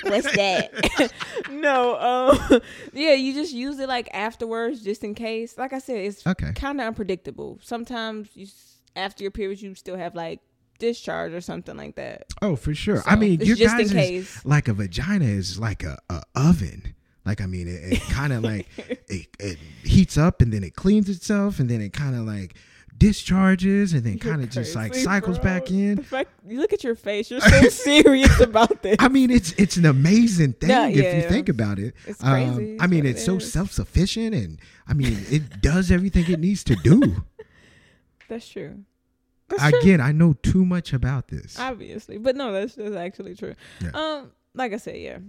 [SPEAKER 2] What's that? no, um, yeah, you just use it like afterwards, just in case. Like I said, it's
[SPEAKER 1] okay
[SPEAKER 2] kind of unpredictable. Sometimes you, s- after your periods, you still have like discharge or something like that.
[SPEAKER 1] oh for sure i
[SPEAKER 2] So,
[SPEAKER 1] mean
[SPEAKER 2] it's
[SPEAKER 1] your
[SPEAKER 2] just
[SPEAKER 1] guys
[SPEAKER 2] in
[SPEAKER 1] is-
[SPEAKER 2] case.
[SPEAKER 1] like a vagina is like a, a oven. Like I mean, it, it kind of like it, it heats up and then it cleans itself and then it kind of like discharges and then
[SPEAKER 2] You're
[SPEAKER 1] kind of just like
[SPEAKER 2] crazy,
[SPEAKER 1] cycles
[SPEAKER 2] bro.
[SPEAKER 1] back
[SPEAKER 2] The
[SPEAKER 1] in.
[SPEAKER 2] fact, you look at your face. You're so serious about this.
[SPEAKER 1] I mean, it's it's an amazing thing
[SPEAKER 2] Yeah,
[SPEAKER 1] if you
[SPEAKER 2] yeah.
[SPEAKER 1] think about it.
[SPEAKER 2] It's
[SPEAKER 1] Um,
[SPEAKER 2] crazy.
[SPEAKER 1] I
[SPEAKER 2] It's
[SPEAKER 1] mean,
[SPEAKER 2] what
[SPEAKER 1] it's
[SPEAKER 2] it
[SPEAKER 1] so
[SPEAKER 2] is.
[SPEAKER 1] self sufficient and I mean, it does everything it needs to do.
[SPEAKER 2] That's true. That's true.
[SPEAKER 1] Again, I know too much about this.
[SPEAKER 2] obviously, but no, that's that's actually true.
[SPEAKER 1] Yeah.
[SPEAKER 2] Um, like I said, yeah.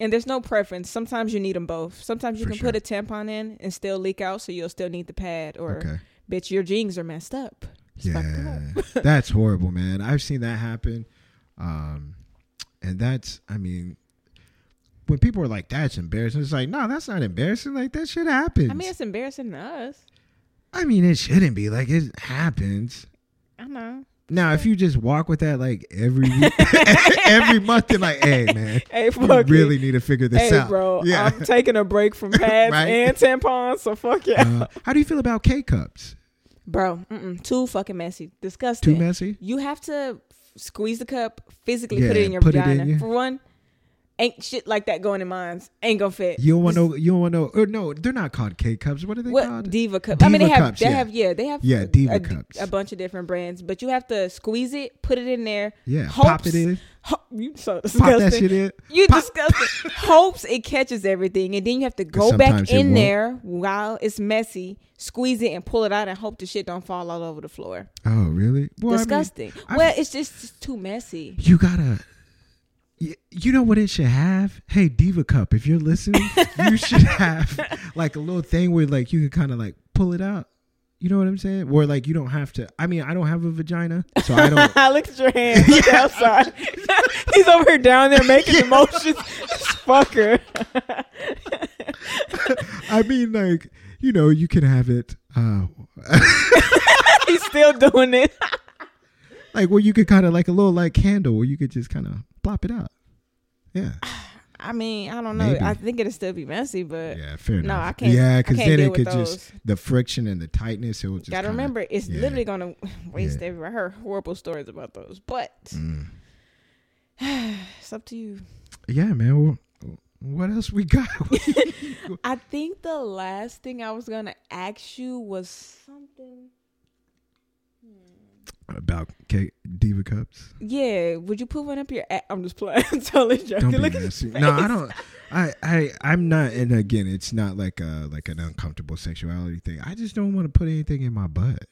[SPEAKER 2] And there's no preference. Sometimes you need them both. Sometimes you
[SPEAKER 1] For
[SPEAKER 2] can put a tampon in and still leak out, so you'll still need the pad. Or
[SPEAKER 1] okay.
[SPEAKER 2] bitch, your jeans are messed up. It's fucked
[SPEAKER 1] Yeah, that's horrible, man. I've seen that happen, um, and that's I mean, when people are like, "That's embarrassing," it's like, no, that's not embarrassing. Like that shit happens.
[SPEAKER 2] I mean, it's embarrassing to us.
[SPEAKER 1] it shouldn't be like it happens.
[SPEAKER 2] I know.
[SPEAKER 1] Now, if you just walk with that like every week, every month, and like, hey, man,
[SPEAKER 2] Hey,
[SPEAKER 1] you
[SPEAKER 2] fuck it.
[SPEAKER 1] really need to figure this
[SPEAKER 2] Hey,
[SPEAKER 1] out,
[SPEAKER 2] bro.
[SPEAKER 1] Yeah.
[SPEAKER 2] I'm taking a break from pads
[SPEAKER 1] Right?
[SPEAKER 2] and tampons, so fuck yeah,
[SPEAKER 1] Uh, how do you feel about K cups?
[SPEAKER 2] bro. Mm-mm, too fucking messy, disgusting.
[SPEAKER 1] Too messy?
[SPEAKER 2] you have to f- squeeze the cup physically
[SPEAKER 1] Yeah,
[SPEAKER 2] put it in your
[SPEAKER 1] put it in
[SPEAKER 2] vagina
[SPEAKER 1] your-
[SPEAKER 2] for one ain't shit like that going in mines. Ain't gonna fit.
[SPEAKER 1] You don't want no. You don't want no. Or no, they're not called K cups. What are they
[SPEAKER 2] what
[SPEAKER 1] called?
[SPEAKER 2] diva cup? I mean, they
[SPEAKER 1] Diva
[SPEAKER 2] have
[SPEAKER 1] cups,
[SPEAKER 2] they
[SPEAKER 1] yeah.
[SPEAKER 2] have yeah they have
[SPEAKER 1] Yeah,
[SPEAKER 2] a-
[SPEAKER 1] diva
[SPEAKER 2] a,
[SPEAKER 1] cups.
[SPEAKER 2] a bunch of different brands, but you have to squeeze it, put it in there.
[SPEAKER 1] yeah,
[SPEAKER 2] hopes,
[SPEAKER 1] pop it in,
[SPEAKER 2] ho- you so
[SPEAKER 1] pop
[SPEAKER 2] disgusting.
[SPEAKER 1] that shit in.
[SPEAKER 2] You
[SPEAKER 1] Pop-
[SPEAKER 2] disgusting. Hopes it catches everything, and then you have to go
[SPEAKER 1] sometimes
[SPEAKER 2] back
[SPEAKER 1] it
[SPEAKER 2] in
[SPEAKER 1] won't.
[SPEAKER 2] there while it's messy, squeeze it and pull it out, and hope the shit don't fall all over the floor.
[SPEAKER 1] Oh, really? Well, I mean,
[SPEAKER 2] disgusting.
[SPEAKER 1] I-
[SPEAKER 2] well, it's just it's too messy.
[SPEAKER 1] you gotta. y- You know what it should have? Hey, Diva Cup, if you're listening, you should have like a little thing where like you can kind of like pull it out. You know what I'm saying? Where like you don't have to. I mean, I don't have a vagina, so I don't.
[SPEAKER 2] Look at your hands. Okay, I'm sorry. He's over here down there making emotions. Fucker.
[SPEAKER 1] I mean, like you know, you can have it. Uh,
[SPEAKER 2] He's still doing it.
[SPEAKER 1] like where you could kind of like a little like candle where you could just kind of plop it out. Yeah.
[SPEAKER 2] I mean, I don't know.
[SPEAKER 1] Maybe.
[SPEAKER 2] I think it'll still be messy, but
[SPEAKER 1] Yeah, fair
[SPEAKER 2] Uh, No,
[SPEAKER 1] enough.
[SPEAKER 2] I can't-
[SPEAKER 1] Yeah,
[SPEAKER 2] I
[SPEAKER 1] because
[SPEAKER 2] can't
[SPEAKER 1] then
[SPEAKER 2] deal
[SPEAKER 1] it
[SPEAKER 2] with
[SPEAKER 1] could
[SPEAKER 2] those.
[SPEAKER 1] just the friction and the tightness. It will just
[SPEAKER 2] gotta
[SPEAKER 1] kinda-
[SPEAKER 2] remember, it's
[SPEAKER 1] yeah.
[SPEAKER 2] literally gonna waste
[SPEAKER 1] Yeah.
[SPEAKER 2] everywhere. I heard horrible stories about those, but
[SPEAKER 1] Mm.
[SPEAKER 2] it's up to you.
[SPEAKER 1] Yeah, man. Well, what else we got?
[SPEAKER 2] I think the last thing I was gonna ask you was something.
[SPEAKER 1] About K- diva cups.
[SPEAKER 2] Yeah, would you put one up your? A- I'm just playing. I'm totally joking.
[SPEAKER 1] Don't be
[SPEAKER 2] Look at his
[SPEAKER 1] messy. No, I
[SPEAKER 2] face.
[SPEAKER 1] don't. I, I, I'm not. And again, it's not like a like an uncomfortable sexuality thing. I just don't want to put anything in my butt.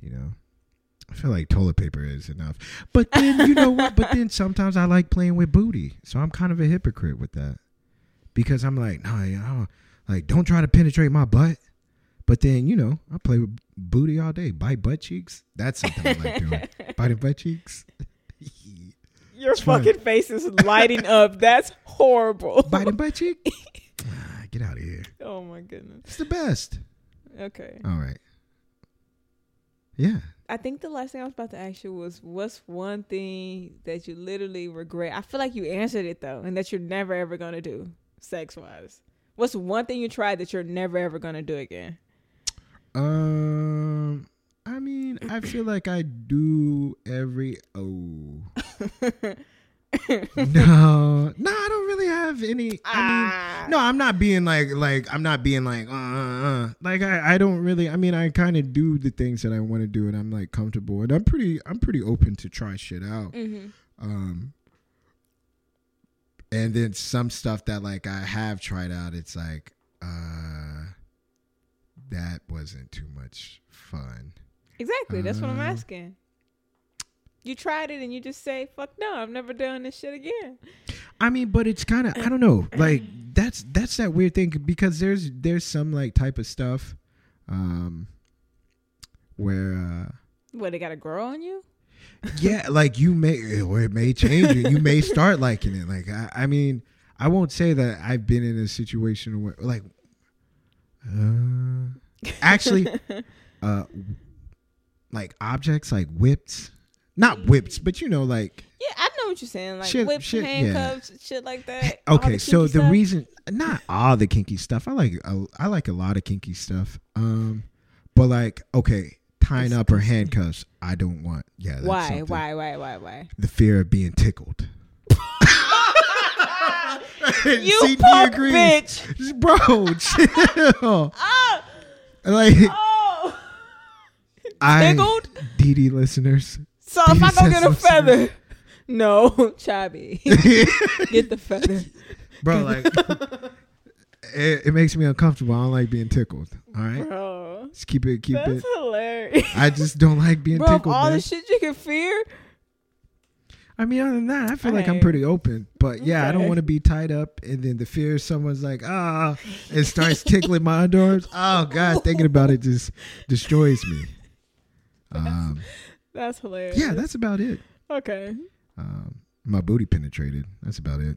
[SPEAKER 1] You know, I feel like toilet paper is enough. But then you know what? But then sometimes I like playing with booty, so I'm kind of a hypocrite with that because I'm like, no, I don't, like don't try to penetrate my butt. But then you know, I play with booty all day, bite butt cheeks. That's something I like doing. Biting butt cheeks.
[SPEAKER 2] Your
[SPEAKER 1] fine.
[SPEAKER 2] fucking face is lighting up. That's horrible.
[SPEAKER 1] biting butt cheek. Ah, Get out of here.
[SPEAKER 2] Oh my goodness.
[SPEAKER 1] It's the best.
[SPEAKER 2] Okay.
[SPEAKER 1] All right. Yeah.
[SPEAKER 2] I think the last thing I was about to ask you was what's one thing that you literally regret? I feel like you answered it though, and that you're never ever gonna do sex wise. What's one thing you tried that you're never ever gonna do again?
[SPEAKER 1] Um. I mean, I feel like I do every. Oh. no. No, I don't really have any. I
[SPEAKER 2] Ah.
[SPEAKER 1] mean, no, I'm not being like like I'm not being like uh uh. uh. Like I I don't really. I mean, I kind of do the things that I want to do, and I'm like comfortable, and I'm pretty I'm pretty open to try shit out.
[SPEAKER 2] Mhm.
[SPEAKER 1] um and then some stuff that like i have tried out it's like uh that wasn't too much fun
[SPEAKER 2] Exactly. That's what I'm
[SPEAKER 1] Uh.
[SPEAKER 2] asking. You tried it and you just say, fuck no, I'm never doing this shit again.
[SPEAKER 1] i mean but it's kind of i don't know like that's that's that weird thing because there's there's some like type of stuff um where uh
[SPEAKER 2] What, they got to grow on you?
[SPEAKER 1] yeah, like you may or it may change you. You may start liking it. Like I, I mean, I won't say that I've been in a situation where like uh, actually uh like objects like whips. Not whips, but you know like
[SPEAKER 2] Yeah, I know what you're saying. Like
[SPEAKER 1] Shit-
[SPEAKER 2] whips,
[SPEAKER 1] shit, yeah.
[SPEAKER 2] handcuffs, shit like that. all
[SPEAKER 1] okay, so
[SPEAKER 2] kinky
[SPEAKER 1] the
[SPEAKER 2] stuff.
[SPEAKER 1] reason not all the kinky stuff. I like a- I like a lot of kinky stuff. Um but like okay, tying up or handcuffs, I don't want. Yeah, that's
[SPEAKER 2] Why,
[SPEAKER 1] something.
[SPEAKER 2] why, why, why, why?
[SPEAKER 1] the fear of being tickled.
[SPEAKER 2] You
[SPEAKER 1] CD
[SPEAKER 2] punk
[SPEAKER 1] agrees.
[SPEAKER 2] bitch.
[SPEAKER 1] bro. Chill.
[SPEAKER 2] Oh,
[SPEAKER 1] Like
[SPEAKER 2] oh.
[SPEAKER 1] I,
[SPEAKER 2] Tickled?
[SPEAKER 1] DD listeners.
[SPEAKER 2] So if I go
[SPEAKER 1] Princess
[SPEAKER 2] get a
[SPEAKER 1] of
[SPEAKER 2] feather, no, Chabi, get the feather.
[SPEAKER 1] bro, like it, it makes me uncomfortable. I don't like being tickled. All right,
[SPEAKER 2] Bro,
[SPEAKER 1] just keep it, keep
[SPEAKER 2] that's
[SPEAKER 1] it.
[SPEAKER 2] hilarious.
[SPEAKER 1] I just don't like being
[SPEAKER 2] Bro, of
[SPEAKER 1] tickled.
[SPEAKER 2] all
[SPEAKER 1] man.
[SPEAKER 2] the shit you can fear,
[SPEAKER 1] I mean, other than that, I feel like I'm
[SPEAKER 2] Alright.
[SPEAKER 1] pretty open. But yeah, I don't
[SPEAKER 2] Okay.
[SPEAKER 1] want to be tied up, and then the fear someone's like, ah, and starts tickling my underarms. Oh God, thinking about it just destroys me. Um,
[SPEAKER 2] that's hilarious.
[SPEAKER 1] yeah, that's about it.
[SPEAKER 2] okay.
[SPEAKER 1] Um, my booty penetrated. That's about it.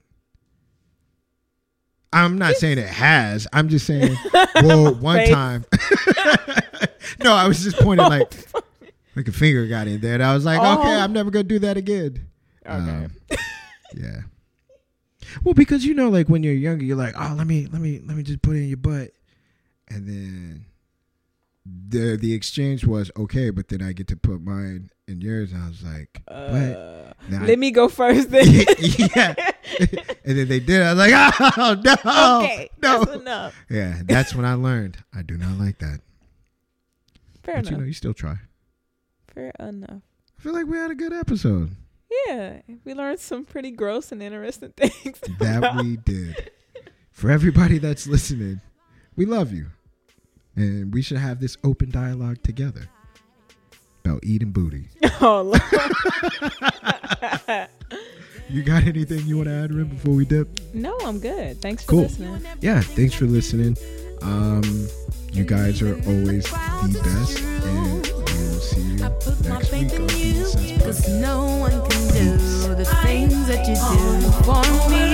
[SPEAKER 1] I'm not saying it has. I'm just saying, well, one
[SPEAKER 2] face.
[SPEAKER 1] time. no, I was just pointing like, like a finger got in there, and I was like, okay,
[SPEAKER 2] Oh.
[SPEAKER 1] I'm never gonna do that again.
[SPEAKER 2] Okay.
[SPEAKER 1] Um, yeah. Well, because you know, like when you're younger, you're like, oh, let me, let me, let me just put it in your butt, and then the the exchange was okay, but then I get to put mine in yours, and I was like, what?
[SPEAKER 2] Uh,
[SPEAKER 1] Nah,
[SPEAKER 2] let me go first then.
[SPEAKER 1] yeah. and then they did. it. I was like, oh no,
[SPEAKER 2] okay,
[SPEAKER 1] no.
[SPEAKER 2] that's enough.
[SPEAKER 1] yeah, that's when I learned I do not like that.
[SPEAKER 2] Fair
[SPEAKER 1] but
[SPEAKER 2] enough.
[SPEAKER 1] you know, you still try. I
[SPEAKER 2] Fair enough.
[SPEAKER 1] feel like we had a good episode.
[SPEAKER 2] Yeah, we learned some pretty gross and interesting things.
[SPEAKER 1] that
[SPEAKER 2] about-
[SPEAKER 1] we did. For everybody that's listening, we love you. And we should have this open dialogue together about eating booty.
[SPEAKER 2] oh, Lord.
[SPEAKER 1] You got anything you want to add, Rim, before we dip?
[SPEAKER 2] no, I'm good. Thanks for
[SPEAKER 1] Cool.
[SPEAKER 2] listening.
[SPEAKER 1] Yeah, thanks for listening. Um, you guys are always the best. And we will see you
[SPEAKER 3] I put my
[SPEAKER 1] next week
[SPEAKER 3] faith
[SPEAKER 1] on
[SPEAKER 3] in
[SPEAKER 1] the
[SPEAKER 3] you,
[SPEAKER 1] Sense Podcast.
[SPEAKER 3] cause no one can do the things that you do for me.